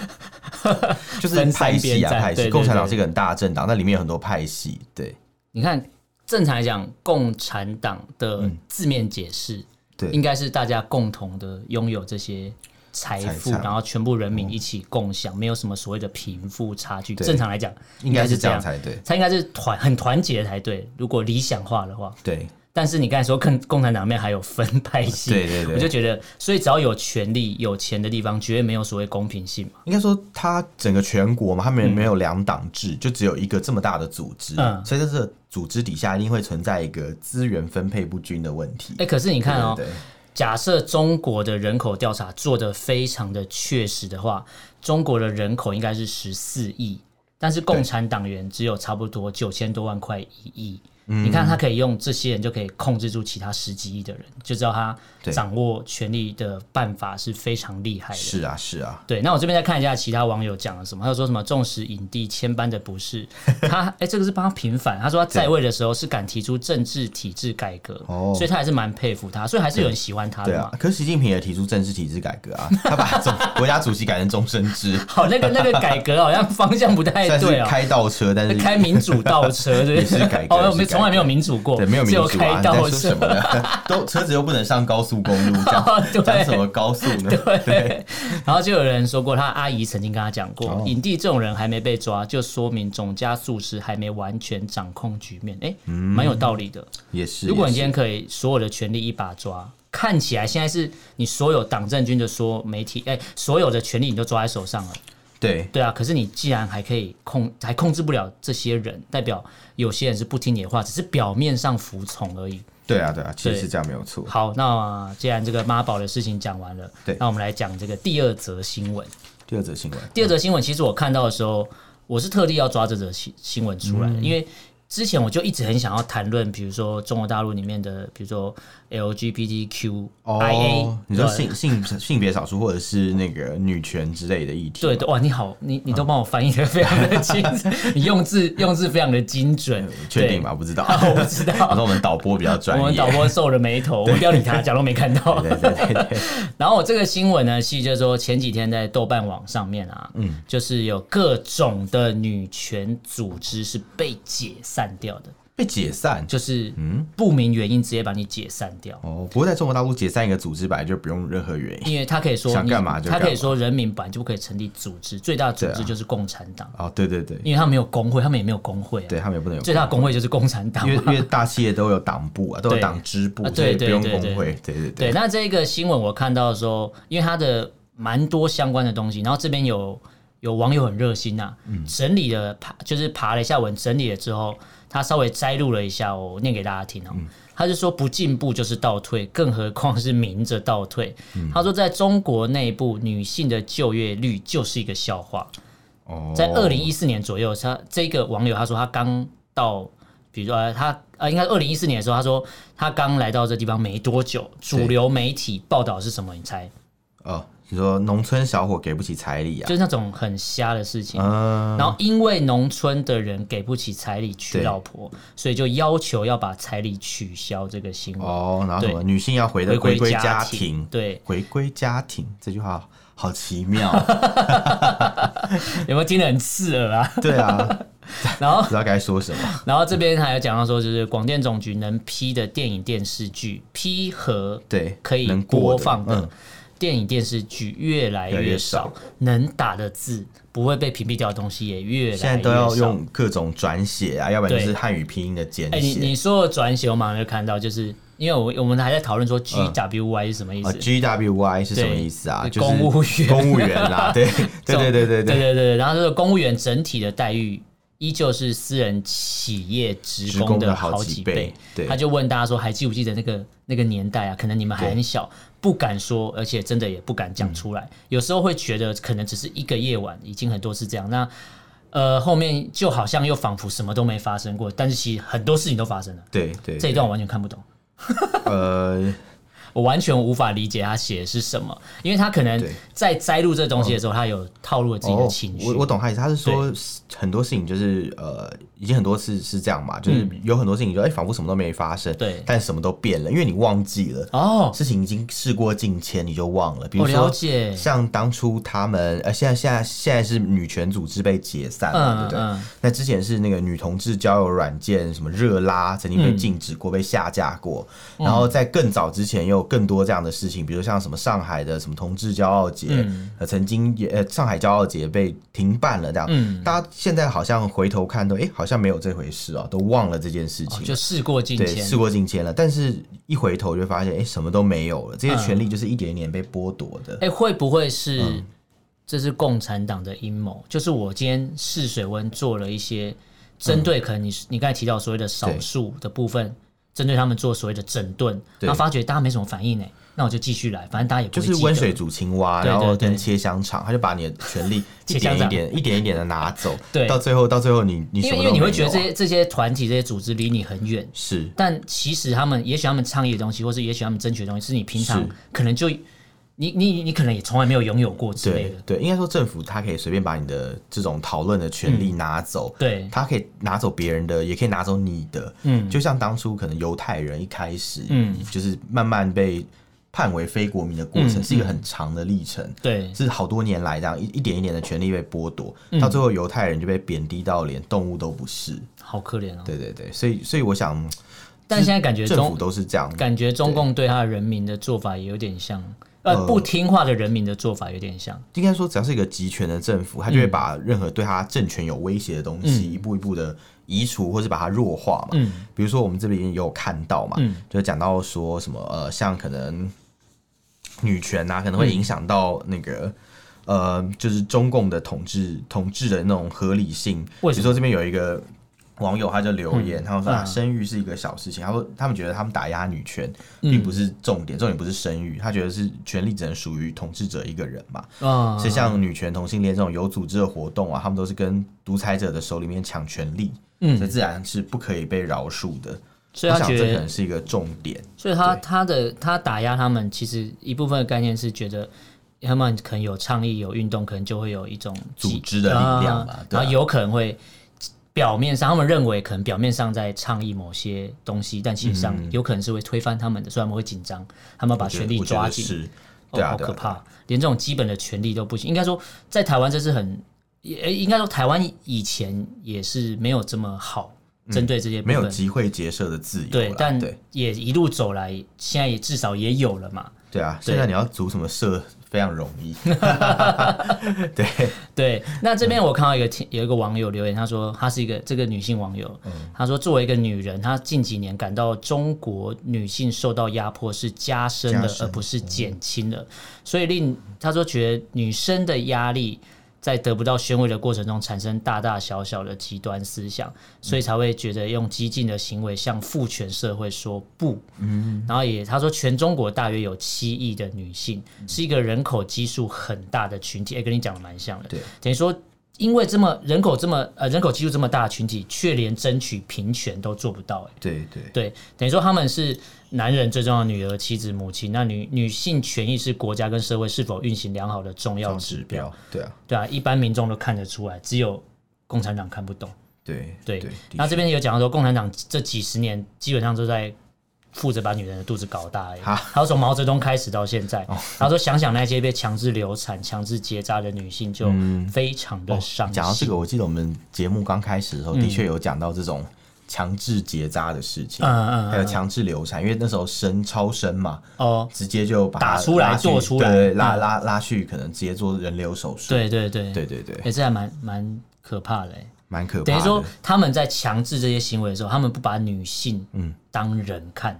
Speaker 1: 就是
Speaker 2: 分散
Speaker 1: 派系
Speaker 2: 边
Speaker 1: 啊
Speaker 2: 站
Speaker 1: 派
Speaker 2: 对
Speaker 1: 系。
Speaker 2: 对
Speaker 1: 共产党
Speaker 2: 对
Speaker 1: 是一个很大的政党，那里面有很多派系，对
Speaker 2: 你看。正常来讲，共产党的字面解释应
Speaker 1: 嗯对
Speaker 2: 该是大家共同的拥有这些财富，
Speaker 1: 财产哦
Speaker 2: 然后全部人民一起共享，没有什么所谓的贫富差距。
Speaker 1: 对
Speaker 2: 正常来讲，
Speaker 1: 应该是
Speaker 2: 是
Speaker 1: 这样
Speaker 2: 样，
Speaker 1: 才对。
Speaker 2: 他应该是团很团结才对。如果理想化的话，
Speaker 1: 对
Speaker 2: 但是你刚才说共共产党里面还有分派系，
Speaker 1: 对对对
Speaker 2: 我就觉得，所以只要有权力、有钱的地方，绝对没有所谓公平性嘛。
Speaker 1: 应该说，它整个全国嘛，他们没有两党制，就只有一个这么大的组织，
Speaker 2: 嗯
Speaker 1: 所以在这个组织底下一定会存在一个资源分配不均的问题。
Speaker 2: 哎、可是你看哦、
Speaker 1: 对对对
Speaker 2: 假设中国的人口调查做得非常的确实的话，中国的人口应该是十四亿，但是共产党员只有差不多九千多万块一亿。
Speaker 1: 嗯
Speaker 2: 你看，他可以用这些人就可以控制住其他十几亿的人，就知道他
Speaker 1: 对
Speaker 2: 掌握权力的办法是非常厉害的。
Speaker 1: 是啊，是啊，
Speaker 2: 对，那我这边再看一下其他网友讲了什么，他说什么重视影帝千般的不 是，他哎、这个是帮他平反，他说他在位的时候是敢提出政治体制改革，
Speaker 1: 哦
Speaker 2: 所以他还是蛮佩服他，所以还是有人喜欢他
Speaker 1: 对
Speaker 2: 的嘛
Speaker 1: 啊。。可是习近平也提出政治体制改革啊，他把 总国家主席改成终身制，
Speaker 2: 好，那个那个改革好像方向不太
Speaker 1: 算
Speaker 2: 对
Speaker 1: 是
Speaker 2: 哦。
Speaker 1: 开倒车，但是
Speaker 2: 开民主倒车，对不
Speaker 1: 也是
Speaker 2: 对
Speaker 1: 改？革
Speaker 2: 哦，我
Speaker 1: 也
Speaker 2: 们
Speaker 1: 是改革
Speaker 2: 从来没有民主过，
Speaker 1: 对，没有民
Speaker 2: 只
Speaker 1: 主
Speaker 2: 有
Speaker 1: 啊！
Speaker 2: 开
Speaker 1: 你在
Speaker 2: 倒
Speaker 1: 说
Speaker 2: 车
Speaker 1: 什。么呢？ 都车子又不能上高速公路，讲
Speaker 2: 哦对
Speaker 1: 讲什么高速呢？
Speaker 2: 对， 然后就有人说过，他阿姨曾经跟他讲过，
Speaker 1: 哦
Speaker 2: 影帝这种人还没被抓，就说明总加速师还没完全掌控局面。哎、蛮有道理的。
Speaker 1: 也嗯是。
Speaker 2: 如果你
Speaker 1: 也
Speaker 2: 今天
Speaker 1: 是
Speaker 2: 可以所有的权利一把抓，看起来现在是你所有党政军的所有媒体，哎、所有的权利你都抓在手上了，
Speaker 1: 对
Speaker 2: 对啊。可是你既然还可以控，还控制不了这些人，代表有些人是不听你的话，只是表面上服从而已。
Speaker 1: 对啊对啊，其实
Speaker 2: 对
Speaker 1: 是这样没有错。
Speaker 2: 好，那既然这个妈宝的事情讲完了，
Speaker 1: 对
Speaker 2: 那我们来讲这个第二则新闻。
Speaker 1: 第二则新闻，
Speaker 2: 第二则新闻，其实我看到的时候，我是特地要抓这则新新闻出来的，因为之前我就一直很想要谈论，比如说中国大陆里面的，比如说 LGBTQIA，、
Speaker 1: 哦你说
Speaker 2: 对
Speaker 1: 性性性别少数或者是那个女权之类的议题，
Speaker 2: 对，对，哇，你好，你你都帮我翻译的非常的精准，你用字用字非常的精准，
Speaker 1: 确定
Speaker 2: 对？
Speaker 1: 吧？不知道，
Speaker 2: 啊 我不知道
Speaker 1: 我说我们导播比较专
Speaker 2: 我
Speaker 1: 业，
Speaker 2: 们导播皱了眉 头，我不要理他，假装没看到。
Speaker 1: 对对对对，
Speaker 2: 然后我这个新闻呢，是就是说前几天在豆瓣网上面啊，嗯，就是有各种的女权组织是被解散掉的，
Speaker 1: 被解散。
Speaker 2: 就是不明原因直接把你解散掉，
Speaker 1: 哦，不过在中国大陆解散一个组织本来就不用任何原因。
Speaker 2: 因为他可以说
Speaker 1: 想
Speaker 2: 你
Speaker 1: 干嘛就
Speaker 2: 他
Speaker 1: 干
Speaker 2: 可以
Speaker 1: 嘛
Speaker 2: 说人民本来就不可以成立组织，最大的组
Speaker 1: 对
Speaker 2: 织
Speaker 1: 啊
Speaker 2: 就是共产党，
Speaker 1: 哦，对对对，
Speaker 2: 因为他没有工会，他们也没有工会、啊，
Speaker 1: 对他们也不能有
Speaker 2: 最大的工会就是共产党
Speaker 1: 因为
Speaker 2: 嘛。
Speaker 1: 因为大企业都有党部啊，都有
Speaker 2: 对
Speaker 1: 党支部
Speaker 2: 啊，
Speaker 1: 所以不
Speaker 2: 对
Speaker 1: 用
Speaker 2: 对对
Speaker 1: 工会。对对
Speaker 2: 对，
Speaker 1: 对，
Speaker 2: 那这个新闻我看到的时候，因为它的蛮多相关的东西，然后这边有有网友很热心呐、啊整理了爬就是爬了一下文，整理了之后，他稍微摘录了一下，我念给大家听哦。他就说不进步就是倒退，更何况是明着倒退。他说，在中国内部，女性的就业率就是一个笑话。
Speaker 1: 哦
Speaker 2: 在二零一四年左右，他这个网友他说他刚到，比如说呃他呃，应该二零一四年的时候，他说他刚来到这地方没多久，主流媒体报道是什么？你猜？
Speaker 1: 哦，你说农村小伙给不起彩礼啊？
Speaker 2: 就是那种很瞎的事情。
Speaker 1: 嗯，
Speaker 2: 然后因为农村的人给不起彩礼娶老婆，所以就要求要把彩礼取消这个行为，
Speaker 1: 哦，然后什么
Speaker 2: 对
Speaker 1: 女性要回
Speaker 2: 回
Speaker 1: 的回归
Speaker 2: 家
Speaker 1: 庭，
Speaker 2: 对，
Speaker 1: 回归家庭这句话好奇妙，啊
Speaker 2: 有没有听得很刺耳啊？
Speaker 1: 对啊，
Speaker 2: 然后
Speaker 1: 不知道该说什么。
Speaker 2: 然后这边还有讲到说，就是广电总局能批的电影电视剧批核
Speaker 1: 对，
Speaker 2: 可以
Speaker 1: 能
Speaker 2: 播
Speaker 1: 的
Speaker 2: 放的
Speaker 1: 嗯，
Speaker 2: 电影电视剧越来
Speaker 1: 越来
Speaker 2: 越
Speaker 1: 越
Speaker 2: 少
Speaker 1: 少，
Speaker 2: 能打的字不会被屏蔽掉的东西也越来越少。
Speaker 1: 现在都要用各种转写啊，要不然就是汉语拼音的简
Speaker 2: 哎、你
Speaker 1: 写。
Speaker 2: 你说的转写，我马上就看到，就是因为我我们还在讨论说 G W Y 是什么意思。
Speaker 1: 嗯啊，G W Y 是什么意思啊？
Speaker 2: 对
Speaker 1: 就是
Speaker 2: 公务员
Speaker 1: 公务员啦， 对，对对对对
Speaker 2: 对
Speaker 1: 对，
Speaker 2: 对对，然后就是公务员整体的待遇依旧是私人企业职
Speaker 1: 职工
Speaker 2: 的
Speaker 1: 的好
Speaker 2: 几
Speaker 1: 几倍对
Speaker 2: 他就问大家说，还记不记得那个那个年代啊？可能你们还很小，不敢说，而且真的也不敢讲出来。有时候会觉得，可能只是一个夜晚，已经很多次这样。那呃，后面就好像又仿佛什么都没发生过，但是其实很多事情都发生了。
Speaker 1: 对对，
Speaker 2: 这一段我完全看不懂，
Speaker 1: 呃，
Speaker 2: 我完全无法理解他写的是什么，因为他可能
Speaker 1: 对
Speaker 2: 在摘录这东西的时候，他有套路了自己的情绪。
Speaker 1: 哦我我懂他意思，他是说很多事情就是呃，已经很多次是这样嘛，就是有很多事情就哎、仿佛什么都没发生，
Speaker 2: 嗯对
Speaker 1: 但什么都变了，因为你忘记了。
Speaker 2: 哦，
Speaker 1: 事情已经事过境迁，你就忘了。比如
Speaker 2: 我
Speaker 1: 说，
Speaker 2: 哦了解，
Speaker 1: 像当初他们呃，现在现在现在是女权组织被解散嘛，
Speaker 2: 嗯
Speaker 1: 对不对？
Speaker 2: 嗯
Speaker 1: 那之前是那个女同志交友软件什么热拉曾经被禁止过、被下架过，
Speaker 2: 嗯
Speaker 1: 然后在更早之前也有更多这样的事情，比如像什么上海的什么同志骄傲节，
Speaker 2: 嗯
Speaker 1: 呃，曾经也呃上海骄傲节被停办了这样。
Speaker 2: 嗯
Speaker 1: 大家现在好像回头看都哎、诶好像没有这回事哦，都忘了这件事
Speaker 2: 哦
Speaker 1: 情。
Speaker 2: 就事过境
Speaker 1: 对，
Speaker 2: 迁
Speaker 1: 事。过境迁了，但是一回头就发现，哎、什么都没有了。这
Speaker 2: 嗯
Speaker 1: 些权利就是一点一点被剥夺的。
Speaker 2: 哎、会不会是、
Speaker 1: 嗯
Speaker 2: 这是共产党的阴谋？就是我今天试水温做了一些
Speaker 1: 嗯
Speaker 2: 针对，可能你、你刚才提到所谓的少数的部分，针对他们做所谓的整顿，
Speaker 1: 对
Speaker 2: 然后发觉大家没什么反应呢、那我就继续来，反正大家也不
Speaker 1: 就
Speaker 2: 会
Speaker 1: 是
Speaker 2: 记得
Speaker 1: 温水煮青蛙，
Speaker 2: 对对
Speaker 1: 然后
Speaker 2: 对
Speaker 1: 跟切香肠，他就把你的权利一
Speaker 2: 切香
Speaker 1: 点一
Speaker 2: 肠
Speaker 1: 点、一点一点的拿走，
Speaker 2: 对
Speaker 1: 到最后，到最后你你
Speaker 2: 因
Speaker 1: 什
Speaker 2: 为
Speaker 1: 么
Speaker 2: 因
Speaker 1: 都
Speaker 2: 为
Speaker 1: 没
Speaker 2: 你
Speaker 1: 有
Speaker 2: 会觉得这
Speaker 1: 啊
Speaker 2: 些这些团体、这些组织离你很远，
Speaker 1: 是
Speaker 2: 但其实他们也许他们倡议的东西，或是也许他们争取的东西，是你平常
Speaker 1: 是
Speaker 2: 可能就你你你可能也从来没有拥有过之类
Speaker 1: 对
Speaker 2: 的。
Speaker 1: 对，应该说政府它可以随便把你的这种讨论的权利拿走，
Speaker 2: 嗯对
Speaker 1: 它可以拿走别人的，也可以拿走你的，嗯，就像当初可能犹太人一开始，
Speaker 2: 嗯，
Speaker 1: 就是慢慢被判为非国民的过程，
Speaker 2: 嗯
Speaker 1: 是一个很长的历程，
Speaker 2: 对，
Speaker 1: 是好多年来这样一一点一点的权利被剥夺，
Speaker 2: 嗯
Speaker 1: 到最后犹太人就被贬低到连动物都不是，
Speaker 2: 好可怜哦。
Speaker 1: 对对对，所以所以我想。
Speaker 2: 但现在感觉
Speaker 1: 政
Speaker 2: 中
Speaker 1: 府都是这样，
Speaker 2: 感觉中共对他的人民的做法也有点像，
Speaker 1: 呃
Speaker 2: 呃，不听话的人民的做法有点像。
Speaker 1: 应该说只要是一个集权的政府，他
Speaker 2: 嗯
Speaker 1: 就会把任何对他政权有威胁的东西，一步一步的移除或是把它弱化嘛。
Speaker 2: 嗯
Speaker 1: 比如说我们这边也有看到嘛，
Speaker 2: 嗯
Speaker 1: 就讲到说什么呃，像可能女权啊，可
Speaker 2: 嗯
Speaker 1: 能会影响到那个。呃，就是中共的统治统治的那种合理性。比
Speaker 2: 为
Speaker 1: 如
Speaker 2: 什么
Speaker 1: 说这边有一个网友，他就留言，他说、啊，
Speaker 2: 嗯
Speaker 1: 生育是一个小事情。他说他们觉得他们打压女权并不是重点，重点不是生育，他觉得是权力只能属于统治者一个人嘛。
Speaker 2: 啊
Speaker 1: 所以像女权、同性恋这种有组织的活动啊，他们都是跟独裁者的手里面抢权力，
Speaker 2: 嗯啊
Speaker 1: 这自然是不可以被饶恕的。
Speaker 2: 所以他
Speaker 1: 我想
Speaker 2: 觉
Speaker 1: 这可
Speaker 2: 得
Speaker 1: 能，是一个重点，
Speaker 2: 所以他
Speaker 1: 对
Speaker 2: 他的他打压他们，其实一部分的概念是觉得。他们可能有倡议、有运动，可能就会有一种
Speaker 1: 组
Speaker 2: 集
Speaker 1: 织的力量
Speaker 2: 啊
Speaker 1: 嘛对啊
Speaker 2: 然后有可能会表面上，他们认为可能表面上在倡议某些东西，但其实上有可能是会推翻他们的，所以他们会紧张，他们把
Speaker 1: 嗯我觉得
Speaker 2: 权力
Speaker 1: 我觉
Speaker 2: 抓
Speaker 1: 得
Speaker 2: 紧。
Speaker 1: 是，
Speaker 2: 哦
Speaker 1: 对啊，
Speaker 2: 好
Speaker 1: 对啊
Speaker 2: 可怕！连这种基本的权利都不行。应该说，在台湾这是很，也呃应该说台湾以前也是没有这么好针对这些部
Speaker 1: 嗯没有
Speaker 2: 分。
Speaker 1: 集会结社的自由啦，
Speaker 2: 对，但
Speaker 1: 对
Speaker 2: 也一路走来，现在也至少也有了嘛。
Speaker 1: 对啊，
Speaker 2: 对
Speaker 1: 现在你要组什么社非常容易，对，
Speaker 2: 对，那这边
Speaker 1: 嗯
Speaker 2: 我看到一个听有一个网友留言，他说她是一个这个女性网友，
Speaker 1: 嗯
Speaker 2: 她说作为一个女人，她近几年感到中国女性受到压迫是加深了
Speaker 1: 加，深嗯
Speaker 2: 而不是减轻了，所以令她说觉得女生的压力。在得不到宣慰的过程中，产生大大小小的极端思
Speaker 1: 嗯
Speaker 2: 想，所以才会觉得用激进的行为向父权社会说不。
Speaker 1: 嗯
Speaker 2: 然后也他说，全中国大约有七亿的女性，是一个人口基数很大的群体。哎、跟你讲的蛮像的，
Speaker 1: 对，
Speaker 2: 等于说。因为这么人口这么呃人口基数这么大的群体，却连争取平权都做不到、哎，
Speaker 1: 对对
Speaker 2: 对，等于说他们是男人最重要的女儿、妻子、母亲，那女女性权益是国家跟社会是否运行良好的重要指标，
Speaker 1: 标，对啊，
Speaker 2: 对啊，一般民众都看得出来，只有共产党看不懂。
Speaker 1: 对
Speaker 2: 对，
Speaker 1: 对，
Speaker 2: 那这边有讲到说，共产党这几十年基本上都在负责把女人的肚子搞大而已。
Speaker 1: 哈哦
Speaker 2: 他从毛泽东开始到现在，他说想想那些被强制流产、强制结扎的女性，就非常的伤
Speaker 1: 嗯哦讲到这
Speaker 2: 心。
Speaker 1: 个，我记得我们节目刚开始的时候，的确有讲到这种强制结扎的事情，
Speaker 2: 嗯嗯嗯
Speaker 1: 还有强制流产，因为那时候生超生嘛，
Speaker 2: 哦，
Speaker 1: 直接就把它
Speaker 2: 打出来
Speaker 1: 拉去
Speaker 2: 做出来
Speaker 1: 对，拉
Speaker 2: 嗯
Speaker 1: 拉拉去，可能直接做人流手术。
Speaker 2: 对对对，
Speaker 1: 对对对
Speaker 2: 哎，这还蛮蛮可怕的欸。
Speaker 1: 蛮可怕的。
Speaker 2: 等于说他们在强制这些行为的时候，他们不把女性
Speaker 1: 嗯
Speaker 2: 当人看，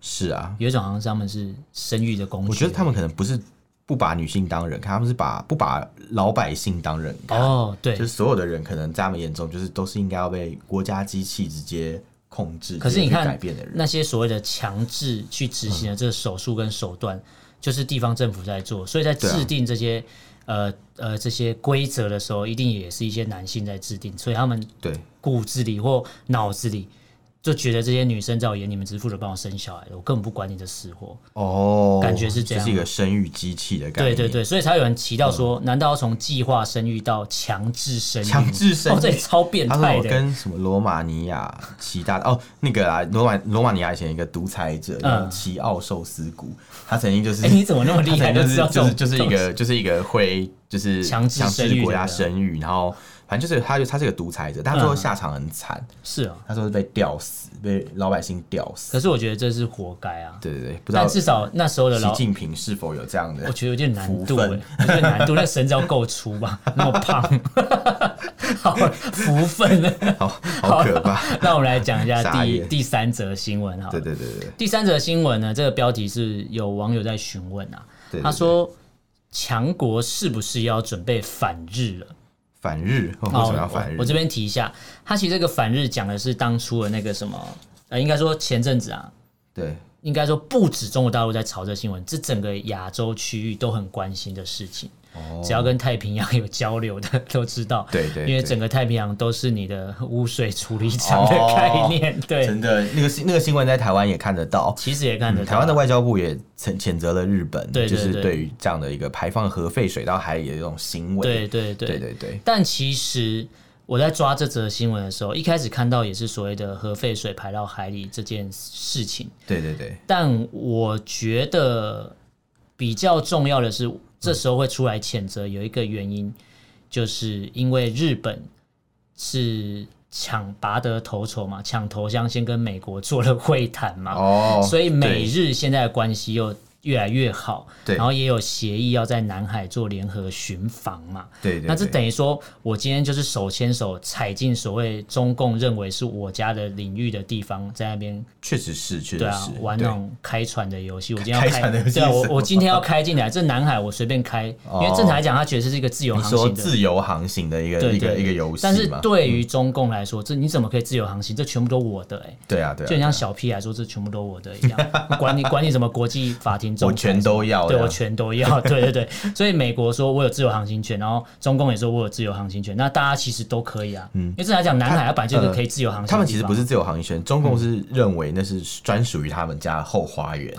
Speaker 1: 是啊，
Speaker 2: 有一种好像是他们是生育的工具。
Speaker 1: 我觉得他们可能不是不把女性当人看，他们是把不把老百姓当人看，
Speaker 2: 哦，对
Speaker 1: 就是，所有的人可能在他们眼中就是都是应该要被国家机器直接控制，
Speaker 2: 可是你
Speaker 1: 直接去
Speaker 2: 看
Speaker 1: 改变的人，
Speaker 2: 那些所谓的强制去执行的这个手术跟手段，就是地方政府在做，所以在
Speaker 1: 对啊
Speaker 2: 制定这些、呃呃这些规则的时候，一定也是一些男性在制定，所以他们
Speaker 1: 对，
Speaker 2: 骨子里或脑子里就觉得这些女生在我眼里面只是负责帮我生小孩的，我根本不管你的死活。
Speaker 1: 哦，
Speaker 2: 感觉是这样
Speaker 1: 是一个生育机器的概
Speaker 2: 对
Speaker 1: 念，嗯
Speaker 2: 对，对，所以才有人提到说，难道要从计划生育到强制生育？
Speaker 1: 强制生育
Speaker 2: 哦，这也超变
Speaker 1: 他说
Speaker 2: 态
Speaker 1: 我
Speaker 2: 的。欸
Speaker 1: 跟什么罗马尼亚其他的哦，那个啊，罗马罗马尼亚以前有一个独裁者叫
Speaker 2: 嗯
Speaker 1: 齐奥寿司谷，他曾经就是
Speaker 2: 哎，你怎么那么厉害？都
Speaker 1: 他可能
Speaker 2: 知道这
Speaker 1: 就是
Speaker 2: 种
Speaker 1: 就是就是一个就是一个会就是
Speaker 2: 强制生育
Speaker 1: 国家
Speaker 2: 的嗯
Speaker 1: 生育，然后反正就是他就他是个独裁者，但他最后下场很惨，
Speaker 2: 是啊。
Speaker 1: 他说是被吊死，被老百姓吊死。
Speaker 2: 可是我觉得这是活该啊。
Speaker 1: 对对对，不知道
Speaker 2: 但至少那时候的
Speaker 1: 习
Speaker 2: 老，
Speaker 1: 近平是否有这样的
Speaker 2: 我觉得有点难度、
Speaker 1: 福
Speaker 2: 欸
Speaker 1: 分，
Speaker 2: 有点难度。那绳子要够粗 吧？那么胖， 好福分。
Speaker 1: 好好可怕。
Speaker 2: 那我们来讲一下
Speaker 1: 傻
Speaker 2: 第
Speaker 1: 眼
Speaker 2: 第三则新闻哈
Speaker 1: 对。对对对
Speaker 2: 第三则新闻呢，这个标题是有网友在询问啊，
Speaker 1: 对，
Speaker 2: 他说强国是不是要准备反日了？
Speaker 1: 反日，哦为
Speaker 2: 哦
Speaker 1: 什么要反日
Speaker 2: 我？我？这边提一下，他其实这个反日讲的是当初的那个什么，呃，应该说前阵子啊，
Speaker 1: 对
Speaker 2: 应该说不止中国大陆在炒这新闻，这整个亚洲区域都很关心的事情。只要跟太平洋有交流的都知道，
Speaker 1: 哦对对
Speaker 2: 因为
Speaker 1: 对
Speaker 2: 整个太平洋都是你的污水处理厂的
Speaker 1: 哦
Speaker 2: 概念，对，
Speaker 1: 真的那个新那个新闻在台湾也看得到，
Speaker 2: 其实也看得到啊、
Speaker 1: 台湾的外交部也谴谴责了日本，
Speaker 2: 对对
Speaker 1: 就是
Speaker 2: 对
Speaker 1: 对于这样的一个排放核废水到海里的这种行为，
Speaker 2: 对对对
Speaker 1: 对对对，
Speaker 2: 但其实我在抓这则新闻的时候，一开始看到也是所谓的核废水排到海里这件事情，
Speaker 1: 对对对，
Speaker 2: 但我觉得比较重要的是，这时候会出来谴责，有一个原因，就是因为日本是抢拔得头筹嘛，抢头香先跟美国做了会谈嘛，
Speaker 1: 哦，
Speaker 2: 所以美
Speaker 1: 对
Speaker 2: 日现在的关系又越来越好，
Speaker 1: 对
Speaker 2: 然后也有协议要在南海做联合巡防嘛。
Speaker 1: 对对，对
Speaker 2: 那这等于说，我今天就是手牵手踩进所谓中共认为是我家的领域的地方，在那边
Speaker 1: 确实是确
Speaker 2: 对
Speaker 1: 实
Speaker 2: 啊
Speaker 1: 是，
Speaker 2: 玩那种开船的游戏。我今天要
Speaker 1: 开船的游戏
Speaker 2: 对啊，
Speaker 1: 是
Speaker 2: 我
Speaker 1: 什么
Speaker 2: 我今天要开进来，这南海我随便开，因为
Speaker 1: 哦
Speaker 2: 正常来讲，他觉得是一个自由
Speaker 1: 对你
Speaker 2: 航
Speaker 1: 说
Speaker 2: 行的。
Speaker 1: 自由航行的一个
Speaker 2: 对
Speaker 1: 一个
Speaker 2: 对，
Speaker 1: 一个游戏嘛，嗯
Speaker 2: 但是对于中共来说，这你怎么可以自由航行？这全部都我的哎、
Speaker 1: 对啊对
Speaker 2: 就很
Speaker 1: 啊，
Speaker 2: 像小屁来说，这全部都我的一样，管你 管你什么国际法庭仲
Speaker 1: 我
Speaker 2: 裁
Speaker 1: 全都要啊
Speaker 2: 对
Speaker 1: 的，
Speaker 2: 我全都 要，对对对，所以美国说我有自由航行权，然后中共也说我有自由航行权，那大家其实都可以啊，因为正常讲南海它本来就是可以自由航行的地方、
Speaker 1: 嗯他们其实不是自由航行，中共是认为那是专属于他们家的后花园，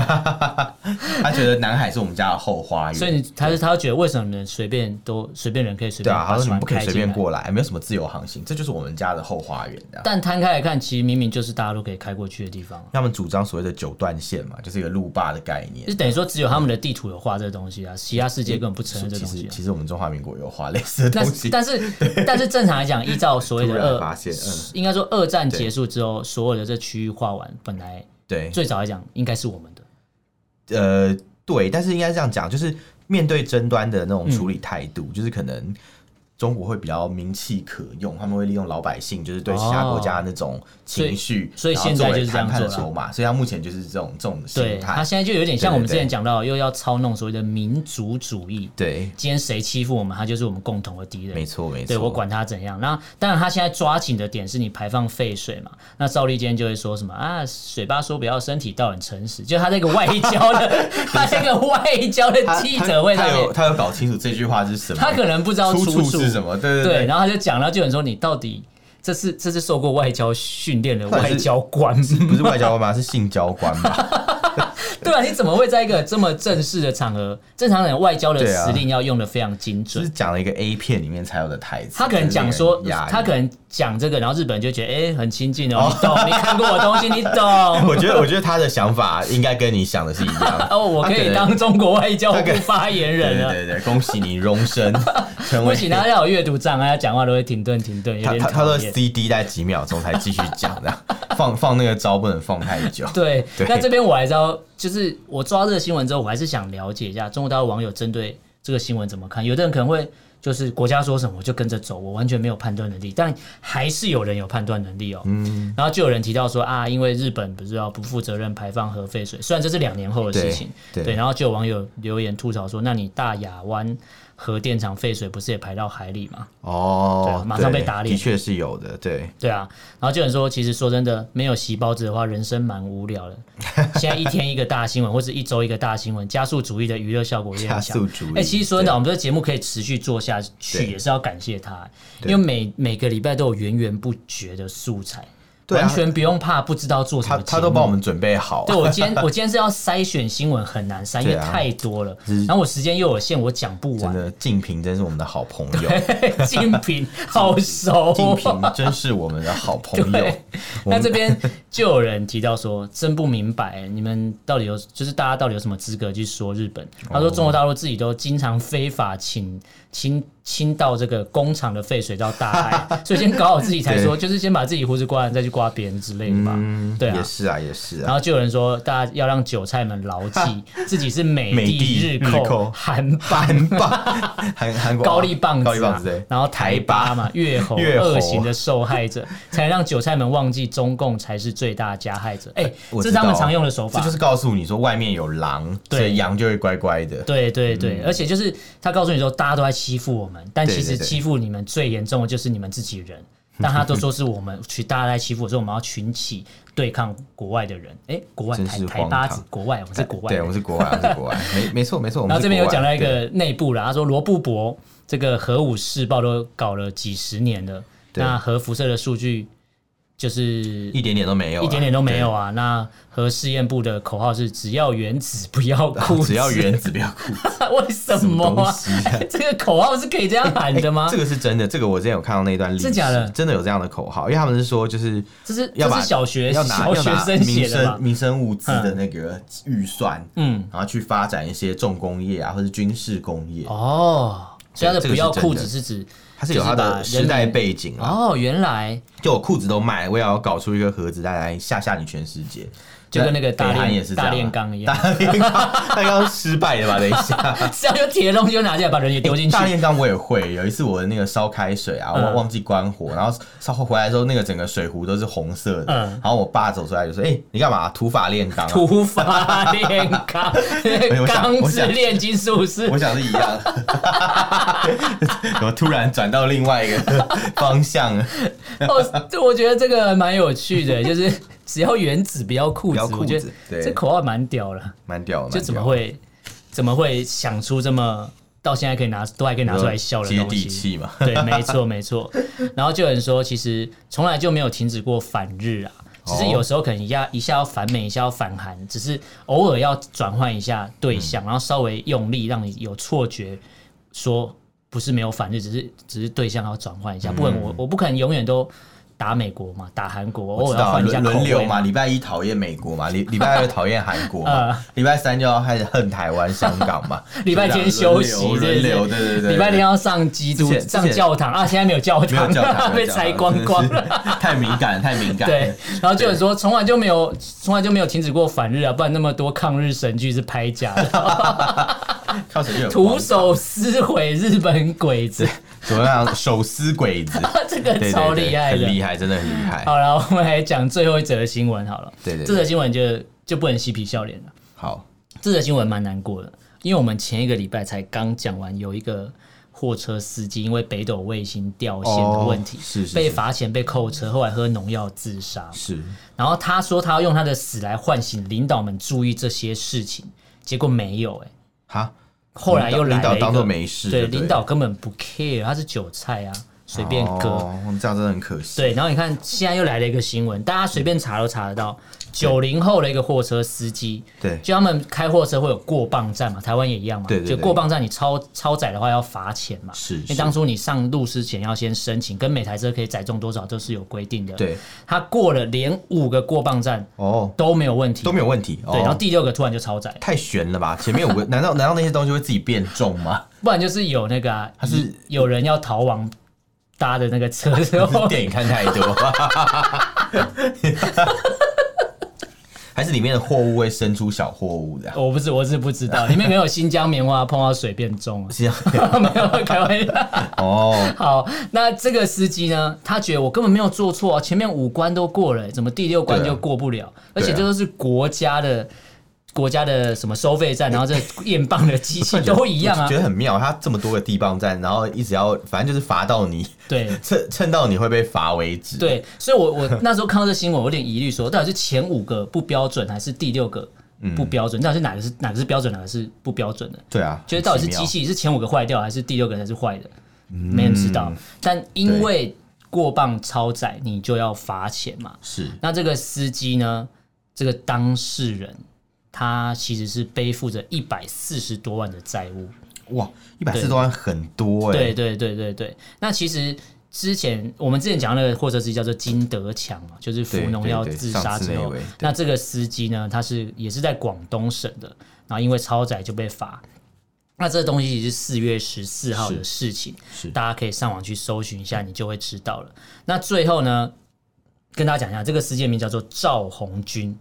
Speaker 1: 他觉得南海是我们家的后花园，
Speaker 2: 所以你他是他会觉得为什么你们随便都随便人可以随
Speaker 1: 对
Speaker 2: 便
Speaker 1: 啊，他
Speaker 2: 把
Speaker 1: 说你
Speaker 2: 船
Speaker 1: 们不可以
Speaker 2: 开
Speaker 1: 随
Speaker 2: 进
Speaker 1: 便
Speaker 2: 来？
Speaker 1: 过来，没有什么自由航行，这就是我们家的后花园的。
Speaker 2: 但摊开来看，其实明明就是大家都可以开过去的地方啊、
Speaker 1: 他们主张所谓的九段线嘛，就是一个路霸的概念
Speaker 2: 就。等于说只有他们的地图有画这个东西啊，其他世界根本不承认这
Speaker 1: 其
Speaker 2: 东
Speaker 1: 实
Speaker 2: 西、啊。
Speaker 1: 其实我们中华民国有画类似的
Speaker 2: 但
Speaker 1: 东
Speaker 2: 是
Speaker 1: 西，
Speaker 2: 但是 但是正常来讲，依照所谓的
Speaker 1: 突然
Speaker 2: 二，
Speaker 1: 发现嗯
Speaker 2: 应该说二战结束之后，所有的这区域画完，本来
Speaker 1: 对，
Speaker 2: 最早来讲应该是我们的。
Speaker 1: 呃，对，但是应该这样讲，就是面对争端的那种处
Speaker 2: 嗯
Speaker 1: 理态度，就是可能中国会比较名气可用，他们会利用老百姓就是对其他国家的那种情绪、
Speaker 2: 所以
Speaker 1: 然后
Speaker 2: 所以现在
Speaker 1: 作为
Speaker 2: 就是这样
Speaker 1: 谈判的
Speaker 2: 做了
Speaker 1: 筹码，所以他目前就是这种这种
Speaker 2: 对
Speaker 1: 心
Speaker 2: 他
Speaker 1: 态。
Speaker 2: 现在就有点像我们
Speaker 1: 对
Speaker 2: 之
Speaker 1: 对对
Speaker 2: 前讲到，又要操弄所谓的民族主义。
Speaker 1: 对，
Speaker 2: 今天谁欺负我们，他就是我们共同的敌人
Speaker 1: 没。错没错。
Speaker 2: 对我管他怎样。那当然，他现在抓紧的点是你排放废水嘛。那赵立坚就会说什么啊，嘴巴说不要，身体倒很诚实，就他那个外交 的，他那个外交的
Speaker 1: 他
Speaker 2: 记者会
Speaker 1: 他
Speaker 2: 上
Speaker 1: 他
Speaker 2: 面
Speaker 1: 有，他有搞清楚这句话是什么，
Speaker 2: 他可能不知道
Speaker 1: 出
Speaker 2: 出
Speaker 1: 处是什么，对
Speaker 2: 对，
Speaker 1: 对。
Speaker 2: 然后他就讲，然后就有人说你到底这是这是受过外交训练的
Speaker 1: 到底
Speaker 2: 外
Speaker 1: 是
Speaker 2: 交官吗？
Speaker 1: 不是外交官吧，是性交官吧？
Speaker 2: 对啊，你怎么会在一个这么正式的场合，正常人外交的
Speaker 1: 对啊
Speaker 2: 时令要用的非常精
Speaker 1: 就
Speaker 2: 准
Speaker 1: 是？讲了一个 A 片里面才有的台词。
Speaker 2: 他可能讲说，他可
Speaker 1: 能，
Speaker 2: 能讲这个，然后日本人就觉得，哎、很亲近哦，你懂，你看过我东西，你懂。
Speaker 1: 我觉得，我觉得他的想法应该跟你想的是一样。
Speaker 2: 哦，我可以
Speaker 1: 他可能
Speaker 2: 当中国外交部发言
Speaker 1: 对
Speaker 2: 人
Speaker 1: 对
Speaker 2: 了。
Speaker 1: 对对，恭喜你荣升成
Speaker 2: 不
Speaker 1: 为
Speaker 2: 行，他要有阅读障碍，他讲话都会停顿停顿，有
Speaker 1: 他
Speaker 2: 点
Speaker 1: 他他
Speaker 2: 讨
Speaker 1: 的
Speaker 2: 厌。
Speaker 1: CD 在几秒钟才继续讲的，放放那个招不能放太久。
Speaker 2: 对，
Speaker 1: 对
Speaker 2: 那这边我还是要，就是我抓这个新闻之后，我还是想了解一下中国大陆网友针对这个新闻怎么看。有的人可能会就是国家说什么我就跟着走，我完全没有判断能力，但还是有人有判断能力哦。嗯，然后就有人提到说啊，因为日本不是要不负责任排放核废水，虽然这是两年后的事情，
Speaker 1: 对对
Speaker 2: 然后就有网友留言吐槽说，那你大亚湾核电厂废水不是也排到海里吗？对
Speaker 1: 哦
Speaker 2: 啊，马上被
Speaker 1: 对
Speaker 2: 打脸
Speaker 1: 的确是有的，对，
Speaker 2: 对啊，然后就有人说，其实说真的，没有洗包子的话，人生蛮无聊 的。现在一天一个大新闻，或者一周一个大新闻，加速主义的娱乐效果也
Speaker 1: 加
Speaker 2: 很强
Speaker 1: 速。主义。
Speaker 2: 哎、其实说真
Speaker 1: 对
Speaker 2: 的，我们这个节目可以持续做下去，
Speaker 1: 对
Speaker 2: 也是要感谢他，
Speaker 1: 对
Speaker 2: 因为每每个礼拜都有源源不绝的素材，
Speaker 1: 对啊
Speaker 2: 完全不用怕不知道做什
Speaker 1: 他
Speaker 2: 么
Speaker 1: 他都
Speaker 2: 节目
Speaker 1: 帮我们准备好啊，
Speaker 2: 对我今天我今天是要筛选新闻很难筛，因为
Speaker 1: 对啊
Speaker 2: 太多了
Speaker 1: 是，
Speaker 2: 然后我时间又有限，我讲不
Speaker 1: 真
Speaker 2: 完。
Speaker 1: 的静平真是我们的好朋友，
Speaker 2: 精品好熟、
Speaker 1: 静
Speaker 2: 哦，
Speaker 1: 平真是我们的好朋友
Speaker 2: 对。那这边就有人提到说， 真不明白你们到底有，就是大家到底有什么资格去说日本？他
Speaker 1: 哦
Speaker 2: 说中国大陆自己都经常非法请倾倾倒这个工厂的废水到大 海，所以先搞好自己才说，就是先把自己胡子刮完再去刮别人之类的嘛。
Speaker 1: 嗯，
Speaker 2: 对啊
Speaker 1: 也是啊，也是
Speaker 2: 然
Speaker 1: 啊。
Speaker 2: 后就有人说，大家要让韭菜们牢 记自己是美
Speaker 1: 美
Speaker 2: 帝、
Speaker 1: 帝
Speaker 2: 日
Speaker 1: 日
Speaker 2: 寇、
Speaker 1: 寇
Speaker 2: 韩棒、
Speaker 1: 韩棒，韩韩国啊
Speaker 2: 高丽棒
Speaker 1: 高丽
Speaker 2: 子啊
Speaker 1: 棒
Speaker 2: 嘛
Speaker 1: 子，对，
Speaker 2: 然后台巴嘛、越猴
Speaker 1: 越猴
Speaker 2: 恶行的受害 者，才让韭菜们忘记中共才是最大加害者。哎、
Speaker 1: 我
Speaker 2: 这
Speaker 1: 知
Speaker 2: 是他们
Speaker 1: 道
Speaker 2: 常用的手法
Speaker 1: 这就。是告诉你说外面有狼，
Speaker 2: 对
Speaker 1: 所以羊就会乖乖的。
Speaker 2: 对对对，而且就是他告诉你说，大家都在欺负我们，但其实
Speaker 1: 嗯对对对
Speaker 2: 欺负你们最严重的就是你们自己 人。但他都说是我们去，大家在欺负我，所以我们要群起对抗国外的人。哎、国外
Speaker 1: 真
Speaker 2: 台
Speaker 1: 是
Speaker 2: 台
Speaker 1: 荒
Speaker 2: 巴
Speaker 1: 唐
Speaker 2: 子，国外我们是国外
Speaker 1: 对，
Speaker 2: 人
Speaker 1: 我，们是国外，我们是 国外，没没错没错。我们
Speaker 2: 然后
Speaker 1: 是
Speaker 2: 这边有
Speaker 1: 国外
Speaker 2: 讲到一
Speaker 1: 对
Speaker 2: 个内部啦，他说罗布泊这个核武试爆都搞了几十年了，
Speaker 1: 对
Speaker 2: 那核辐射的数据就是
Speaker 1: 一点点都没有啊，
Speaker 2: 一点点都没有
Speaker 1: 对。
Speaker 2: 啊。那核试验部的口号是只要原子不要裤子，
Speaker 1: 只要原子不要 哭，
Speaker 2: 为什
Speaker 1: 什么
Speaker 2: 么
Speaker 1: 东
Speaker 2: 啊？
Speaker 1: 西啊
Speaker 2: 这个口号是可以这样喊的吗
Speaker 1: 这？个是真的，这个我之前有看到那一段历
Speaker 2: 啊
Speaker 1: 史，
Speaker 2: 真假的
Speaker 1: 真的有这样的口号，因为他们是说就是
Speaker 2: 这是
Speaker 1: 要
Speaker 2: 这
Speaker 1: 把
Speaker 2: 是小学
Speaker 1: 要拿
Speaker 2: 小学生写
Speaker 1: 民
Speaker 2: 的吧
Speaker 1: 生？民生物资的那个预算，
Speaker 2: 嗯，
Speaker 1: 然后去发展一些重工业啊，或是军事工业，
Speaker 2: 哦，所以他的不
Speaker 1: 对这个是
Speaker 2: 要
Speaker 1: 真
Speaker 2: 裤
Speaker 1: 的
Speaker 2: 子是指
Speaker 1: 它是有它的
Speaker 2: 就是把人
Speaker 1: 时代
Speaker 2: 民
Speaker 1: 背景啊。
Speaker 2: 哦，原来
Speaker 1: 就我裤子都卖，我也要搞出一个盒子来来吓吓你全世界，
Speaker 2: 就跟那个大
Speaker 1: 北韩
Speaker 2: 炼
Speaker 1: 也是这样
Speaker 2: 大
Speaker 1: 啊
Speaker 2: 炼钢一样，
Speaker 1: 大炼钢，大炼钢失败的吧？等一下，
Speaker 2: 只要有铁笼就拿起来把人 也丢进去
Speaker 1: 大。炼钢我也会。有一次我的那个烧开水啊，
Speaker 2: 嗯
Speaker 1: 我忘记关火，然后烧回来的时候，那个整个水壶都是红色的。
Speaker 2: 嗯
Speaker 1: 然后我爸走出来就说：“哎、你干嘛？土法炼 钢、啊？”
Speaker 2: 土法炼 钢，
Speaker 1: 我想
Speaker 2: 钢
Speaker 1: 我
Speaker 2: 制
Speaker 1: 想
Speaker 2: 炼金术士
Speaker 1: 我。想是一样， 怎么突然转到另外一个方向了？
Speaker 2: 哦，这我觉得这个蛮有趣 的，就是只要原子不要裤
Speaker 1: 不
Speaker 2: 子，
Speaker 1: 要裤子
Speaker 2: 我觉得
Speaker 1: 对
Speaker 2: 这口号蛮屌了，
Speaker 1: 蛮屌的，
Speaker 2: 就
Speaker 1: 蛮
Speaker 2: 怎么
Speaker 1: 屌的
Speaker 2: 会怎么会想出这么到现在可以拿都还可以拿出来笑的
Speaker 1: 接
Speaker 2: 东
Speaker 1: 地
Speaker 2: 西。
Speaker 1: 气嘛？
Speaker 2: 对，没 错没错。然后就有人说，其实从来就没有停止过反日啊，只是
Speaker 1: 哦
Speaker 2: 有时候可能一下一下要反美，一下要反韩，只是偶尔要转换一下对象，
Speaker 1: 嗯
Speaker 2: 然后稍微用力，让你有错觉，说不是没有反日，只是只是对象要转换一
Speaker 1: 嗯
Speaker 2: 下，不然我我不可能永远都。打美国嘛，打韩国，偶
Speaker 1: 我
Speaker 2: 尔
Speaker 1: 知
Speaker 2: 要
Speaker 1: 道啊
Speaker 2: 换一下
Speaker 1: 轮
Speaker 2: 口
Speaker 1: 轮流
Speaker 2: 味
Speaker 1: 嘛，。礼拜一讨厌美国 嘛，礼礼拜二讨厌韩国嘛，礼拜三就要开始恨台湾、香港嘛，
Speaker 2: 嗯 礼拜天休息，
Speaker 1: 轮流
Speaker 2: 对不对
Speaker 1: 轮流，对对对对，
Speaker 2: 礼拜天要上基督
Speaker 1: 之前之前
Speaker 2: 上教堂啊，现在没有教
Speaker 1: 没有
Speaker 2: 堂，
Speaker 1: 教 堂
Speaker 2: 被拆光光了。
Speaker 1: 了， 太敏感，太敏感。
Speaker 2: 对，，然后就有人说，从来就没有，从来就没有停止过反日啊，不然那么多抗日神剧是拍假 的，
Speaker 1: 靠谁就有
Speaker 2: 徒手撕毁日本鬼子，
Speaker 1: 怎么样？手撕鬼子，
Speaker 2: 这个
Speaker 1: 对 对
Speaker 2: 超
Speaker 1: 对
Speaker 2: 厉害
Speaker 1: 很厉
Speaker 2: 的。
Speaker 1: 害，真的很厉害。
Speaker 2: 好了，我们来讲最后一则新闻好了。
Speaker 1: 对对对
Speaker 2: 这则新闻就就不能嬉皮笑脸了。
Speaker 1: 好，
Speaker 2: 这则新闻蛮难过的，因为我们前一个礼拜才刚讲完有一个。货车司机因为北斗卫星掉线的问题，
Speaker 1: 哦是是是
Speaker 2: 被罚钱、被扣车，后来喝农药自杀。
Speaker 1: 是
Speaker 2: 然后他说他要用他的死来唤醒领导们注意这些事情，结果没有哎、
Speaker 1: 好，
Speaker 2: 后来又来
Speaker 1: 领导
Speaker 2: 了一
Speaker 1: 领导当
Speaker 2: 个
Speaker 1: 作没事
Speaker 2: 对，
Speaker 1: 就对
Speaker 2: 领导根本不 care，他是韭菜啊，随便割。
Speaker 1: 哦，这样真的很可惜。
Speaker 2: 对，然后你看现在又来了一个新闻，大家随便查都查得到，九零后的一个货车司机，
Speaker 1: 对
Speaker 2: 就他们开货车会有过磅站嘛，台湾也一样嘛，
Speaker 1: 对对对
Speaker 2: 就过磅站你超超载的话要罚钱嘛，
Speaker 1: 是
Speaker 2: 因为
Speaker 1: 是
Speaker 2: 当初你上路之前要先申请，跟每台车可以载重多少都是有规定的，
Speaker 1: 对，
Speaker 2: 他过了连五个过磅站
Speaker 1: 哦，
Speaker 2: 都没有问题，
Speaker 1: 都没有问题。
Speaker 2: 对，然后
Speaker 1: 哦、
Speaker 2: 第六个突然就超载，
Speaker 1: 太悬了吧？前面五个，难道难道那些东西会自己变重吗？
Speaker 2: 不然就是有那个、啊，
Speaker 1: 它是
Speaker 2: 有有人要逃亡搭的那个车之
Speaker 1: 是
Speaker 2: 后，
Speaker 1: 电影看太多，还是里面的货物会生出小货物的？啊
Speaker 2: 我不是我是不知道，里面没有新疆棉花碰到水变重
Speaker 1: 是这样
Speaker 2: 啊， 没有开玩笑。
Speaker 1: 哦，
Speaker 2: 好，那这个司机呢，他觉得我根本没有做错、啊，前面五关都过了、怎么第六关
Speaker 1: 对啊
Speaker 2: 就过不了？而且
Speaker 1: 对啊
Speaker 2: 这都是国家的。国家的什么收费站，然后这 验棒的机器都一样啊
Speaker 1: 我觉。得很妙。他这么多个地磅站，然后一直要，反正就是罚到你，
Speaker 2: 对
Speaker 1: 蹭蹭到你会被罚为止。，
Speaker 2: 对，所以我 我那时候看到这新闻，我有点疑虑，说到底是前五个不标准，还是第六个
Speaker 1: 嗯
Speaker 2: 不标准？到底是哪个是哪个是标准，哪个是不标准的？
Speaker 1: 对啊，
Speaker 2: 就是到底是
Speaker 1: 很奇妙嗯
Speaker 2: 机器是前五个坏掉，还是第六个才是坏的？没人知道。但因为过磅超载，你就要罚钱嘛。
Speaker 1: 是
Speaker 2: 那这个司机呢，这个当事人，他其实是背负着一百四十多万的债务。
Speaker 1: 哇，一百四多万很多哎、
Speaker 2: 对对对对对。那其实之前我们之前讲那个货车司机叫做金德强嘛，就是服农药
Speaker 1: 对对对
Speaker 2: 自杀之
Speaker 1: 上次那
Speaker 2: 后
Speaker 1: 位对，
Speaker 2: 那这个司机呢，他是也是在广东省的，然后因为超载就被罚。那这东西是四月十四号的事情，
Speaker 1: 是
Speaker 2: 大家可以上网去搜寻一下，你就会知道了。那最后呢，跟大家讲一下，这个司机的名叫做赵红军。
Speaker 1: 嗯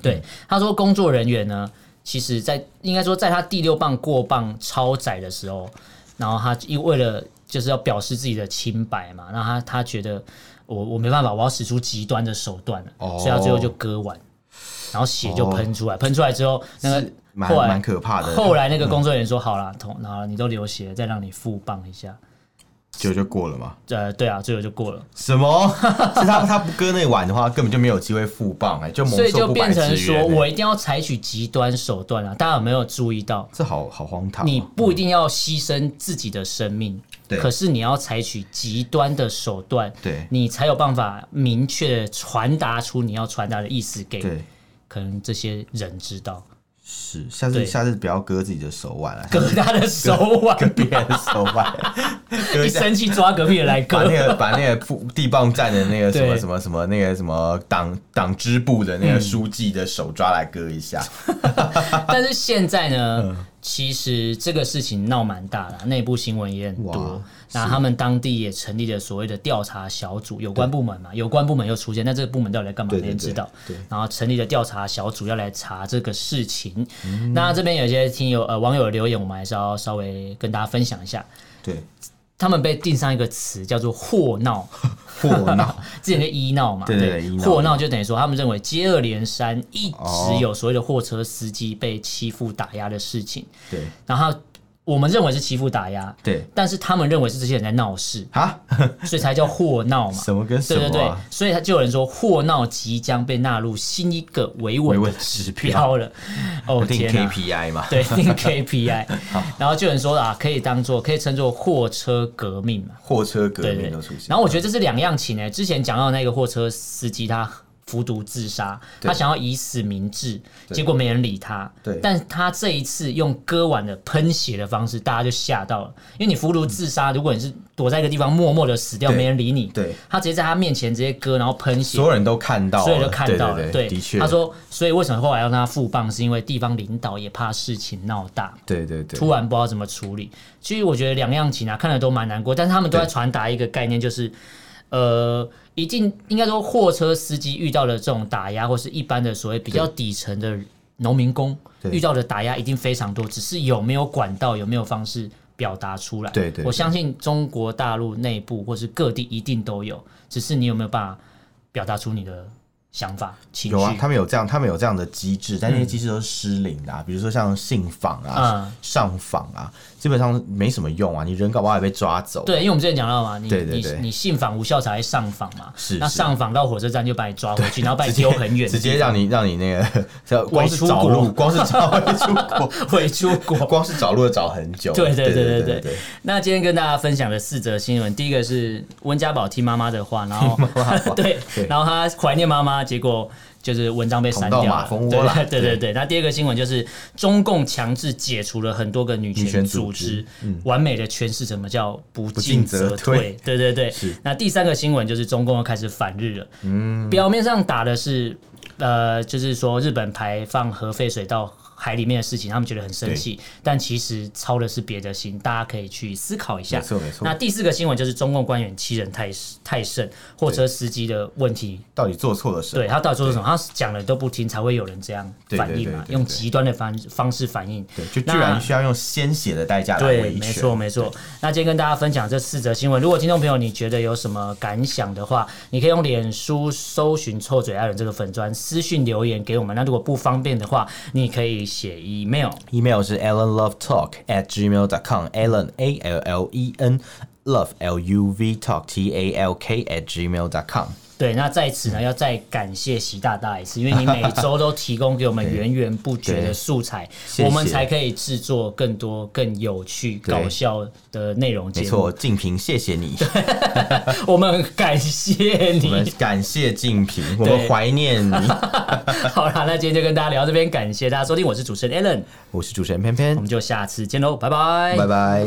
Speaker 2: 对，他说工作人员呢，其实在应该说在他第六棒过磅超载的时候，然后他因为了就是要表示自己的清白嘛，那他他觉得我我没办法，我要使出极端的手段了，
Speaker 1: 哦
Speaker 2: 所以他最后就割腕，然后血就喷出来，喷、出来之后那个
Speaker 1: 是。嗯蛮
Speaker 2: 后来
Speaker 1: 蛮可怕的。
Speaker 2: 后来那个工作人员说：“好啦，同好了，你都流血了，再让你复棒一下。
Speaker 1: 就就过了嘛？”
Speaker 2: 呃，对啊，最后就过了。
Speaker 1: 什么？是他他不割那碗的话，根本就没有机会复棒哎、就蒙
Speaker 2: 所以
Speaker 1: 受
Speaker 2: 就
Speaker 1: 不白
Speaker 2: 变成
Speaker 1: 之
Speaker 2: 说
Speaker 1: 冤、欸。
Speaker 2: 我一定要采取极端手段啊！大家有没有注意到？
Speaker 1: 这好好荒唐哦、
Speaker 2: 你不一定要牺牲自己的生命，
Speaker 1: 嗯对
Speaker 2: 可是你要采取极端的手段，
Speaker 1: 对
Speaker 2: 你才有办法明确地传达出你要传达的意思给
Speaker 1: 对
Speaker 2: 可能这些人知道，
Speaker 1: 是下次
Speaker 2: 对
Speaker 1: 下次不要割自己的手腕了、
Speaker 2: 割他的手腕，
Speaker 1: 割别人的手腕，割
Speaker 2: 一
Speaker 1: 一下。
Speaker 2: 生气抓隔壁的来
Speaker 1: 把
Speaker 2: 割
Speaker 1: 那。个把那个铺地磅站的那个什么
Speaker 2: 对
Speaker 1: 什么什么那个什么党党支部的那个书记的手抓来割一下，啊
Speaker 2: 但是现在
Speaker 1: 嗯
Speaker 2: 呢，其实这个事情闹蛮大的，啊内部新闻也很
Speaker 1: 哇
Speaker 2: 多。那他们当地也成立了所谓的调查小组，有关部门嘛，有关部门又出现，那这个部门到底在干嘛？
Speaker 1: 对
Speaker 2: 没
Speaker 1: 对
Speaker 2: 人知道
Speaker 1: 对对。
Speaker 2: 然后成立了调查小组要来查这个事情。
Speaker 1: 嗯
Speaker 2: 那这边有些听友呃网友的留言，我们还是要稍微跟大家分享一下。
Speaker 1: 对，
Speaker 2: 他们被定上一个词叫做“祸 闹”，
Speaker 1: 破 脑
Speaker 2: 之前就医闹嘛，
Speaker 1: 对对对医闹
Speaker 2: 货闹就等于说他们认为接二连三一
Speaker 1: 哦
Speaker 2: 直有所谓的货车司机被欺负打压的事情，
Speaker 1: 对
Speaker 2: 然后我们认为是欺负打压，
Speaker 1: 对
Speaker 2: 但是他们认为是这些人在闹事，
Speaker 1: 啊，
Speaker 2: 所以才叫货闹嘛。
Speaker 1: 什么跟什
Speaker 2: 对
Speaker 1: 么、啊？
Speaker 2: 对对，所以他就有人说货闹即将被纳入新一个维稳
Speaker 1: 维
Speaker 2: 的
Speaker 1: 稳指标
Speaker 2: 标了，哦
Speaker 1: 定
Speaker 2: 天哪！
Speaker 1: KPI 嘛，
Speaker 2: 对，定 KPI，然后就有人说啊，可以当做可以称作货车革命嘛。
Speaker 1: 货车革
Speaker 2: 对
Speaker 1: 命
Speaker 2: 对
Speaker 1: 都出现，
Speaker 2: 然后我觉得这是两样情诶、之前讲到那个货车司机他服毒自杀，他想要以死明志，结果没人理他。
Speaker 1: 对
Speaker 2: 但他这一次用割腕的喷血的方式，大家就吓到了，因为你服毒自杀，如果你是躲在一个地方默默的死掉，
Speaker 1: 嗯对
Speaker 2: 没人理你，
Speaker 1: 对
Speaker 2: 他直接在他面前直接割，然后喷血
Speaker 1: 所。有人都看到了，
Speaker 2: 所以就看到
Speaker 1: 对
Speaker 2: 了，
Speaker 1: 对对的确，
Speaker 2: 他说，所以为什么后来让他复棒，是因为地方领导也怕事情闹大，
Speaker 1: 对对对，
Speaker 2: 突然不知道怎么处理。其实我觉得两样情啊，看了都蛮难过，但是他们都在传达一个概念，就是呃，一定应该说货车司机遇到的这种打压，或是一般的所谓比较底层的农民工
Speaker 1: 对
Speaker 2: 遇到的打压，一定非常多，只是有没有管道，有没有方式。表达出来，
Speaker 1: 对对对
Speaker 2: 我相信中国大陆内部或是各地一定都有，只是你有没有办法表达出你的想法、情绪？
Speaker 1: 有啊，他们有这样，他们有这样的机制，但那些机制都是失灵的、啊，比如说像信访啊、
Speaker 2: 嗯
Speaker 1: 上访啊，基本上没什么用啊，你人搞不好也被抓走。
Speaker 2: 对，因为我们之前讲到嘛，你
Speaker 1: 对对对
Speaker 2: 你你信访无效才会上访嘛，
Speaker 1: 是
Speaker 2: 那
Speaker 1: 是
Speaker 2: 上访到火车站就把你抓回去，然后把你丢很远的地方，
Speaker 1: 直接让你让你那个 叫光是
Speaker 2: 伪出
Speaker 1: 找
Speaker 2: 国
Speaker 1: 路，光是找伪出国，
Speaker 2: 回出国。
Speaker 1: 光是找路要找很久。
Speaker 2: 对
Speaker 1: 对
Speaker 2: 对对对
Speaker 1: 对
Speaker 2: 对。那今天跟大家分享的四则新闻，第一个是温家宝听妈妈的话，然后 对
Speaker 1: 对，
Speaker 2: 然后他怀念妈妈，结果就是文章被删掉
Speaker 1: 捅到马
Speaker 2: 了。
Speaker 1: 蜂窝啦
Speaker 2: 对对
Speaker 1: 对
Speaker 2: 对对。那第二个新闻就是中共强制解除了很多个女
Speaker 1: 女权
Speaker 2: 权
Speaker 1: 组
Speaker 2: 组
Speaker 1: 织
Speaker 2: 织，完美的诠释什么叫不进
Speaker 1: 不进则
Speaker 2: 则
Speaker 1: 退
Speaker 2: 退。对对对。那第三个新闻就是中共又开始反日了，表面上打的是呃，就是说日本排放核废水到海里面的事情，他们觉得很生气，但其实操的是别的心，大家可以去思考一下
Speaker 1: 没。错没错
Speaker 2: 那。第四个新闻就是中共官员欺人太太甚，货车司机的问题
Speaker 1: 到底做错了什么？
Speaker 2: 对他到底做了什么？他讲了都不听，才会有人这样
Speaker 1: 对
Speaker 2: 反
Speaker 1: 对
Speaker 2: 应
Speaker 1: 对
Speaker 2: 嘛，
Speaker 1: 对
Speaker 2: 用
Speaker 1: 对
Speaker 2: 极端的方方式反应。
Speaker 1: 对，就
Speaker 2: 那
Speaker 1: 居然需要用鲜血的代价来
Speaker 2: 对，
Speaker 1: 维权。
Speaker 2: 没错没错。那今天跟大家分享这四则新闻，如果听众朋友你觉得有什么感想的话，你可以用脸书搜寻“臭嘴爱人”这个粉砖私讯留言给我们。那如果不方便的话，你可以写 email。
Speaker 1: Email 是 allenlovetalk at gmail dot com。Allen A L L E N love L U V talk T A L K at gmail dot com。
Speaker 2: 对，那在此呢，要再感谢习大大一次，因为你每周都提供给我们源源不绝的素材，
Speaker 1: 谢谢
Speaker 2: 我们才可以制作更多更有趣、
Speaker 1: 对
Speaker 2: 搞笑的内容
Speaker 1: 没
Speaker 2: 节目。
Speaker 1: 错，静平，谢谢你，
Speaker 2: 我们很感谢
Speaker 1: 我们
Speaker 2: 你。
Speaker 1: 感谢静平，我们怀念 你。
Speaker 2: 好啦，那今天就跟大家聊到这边，感谢大家收听，我是主持人 Alan，
Speaker 1: 我是主持人偏
Speaker 2: 我
Speaker 1: 偏
Speaker 2: 们，就下次见喽，拜拜，
Speaker 1: 拜拜。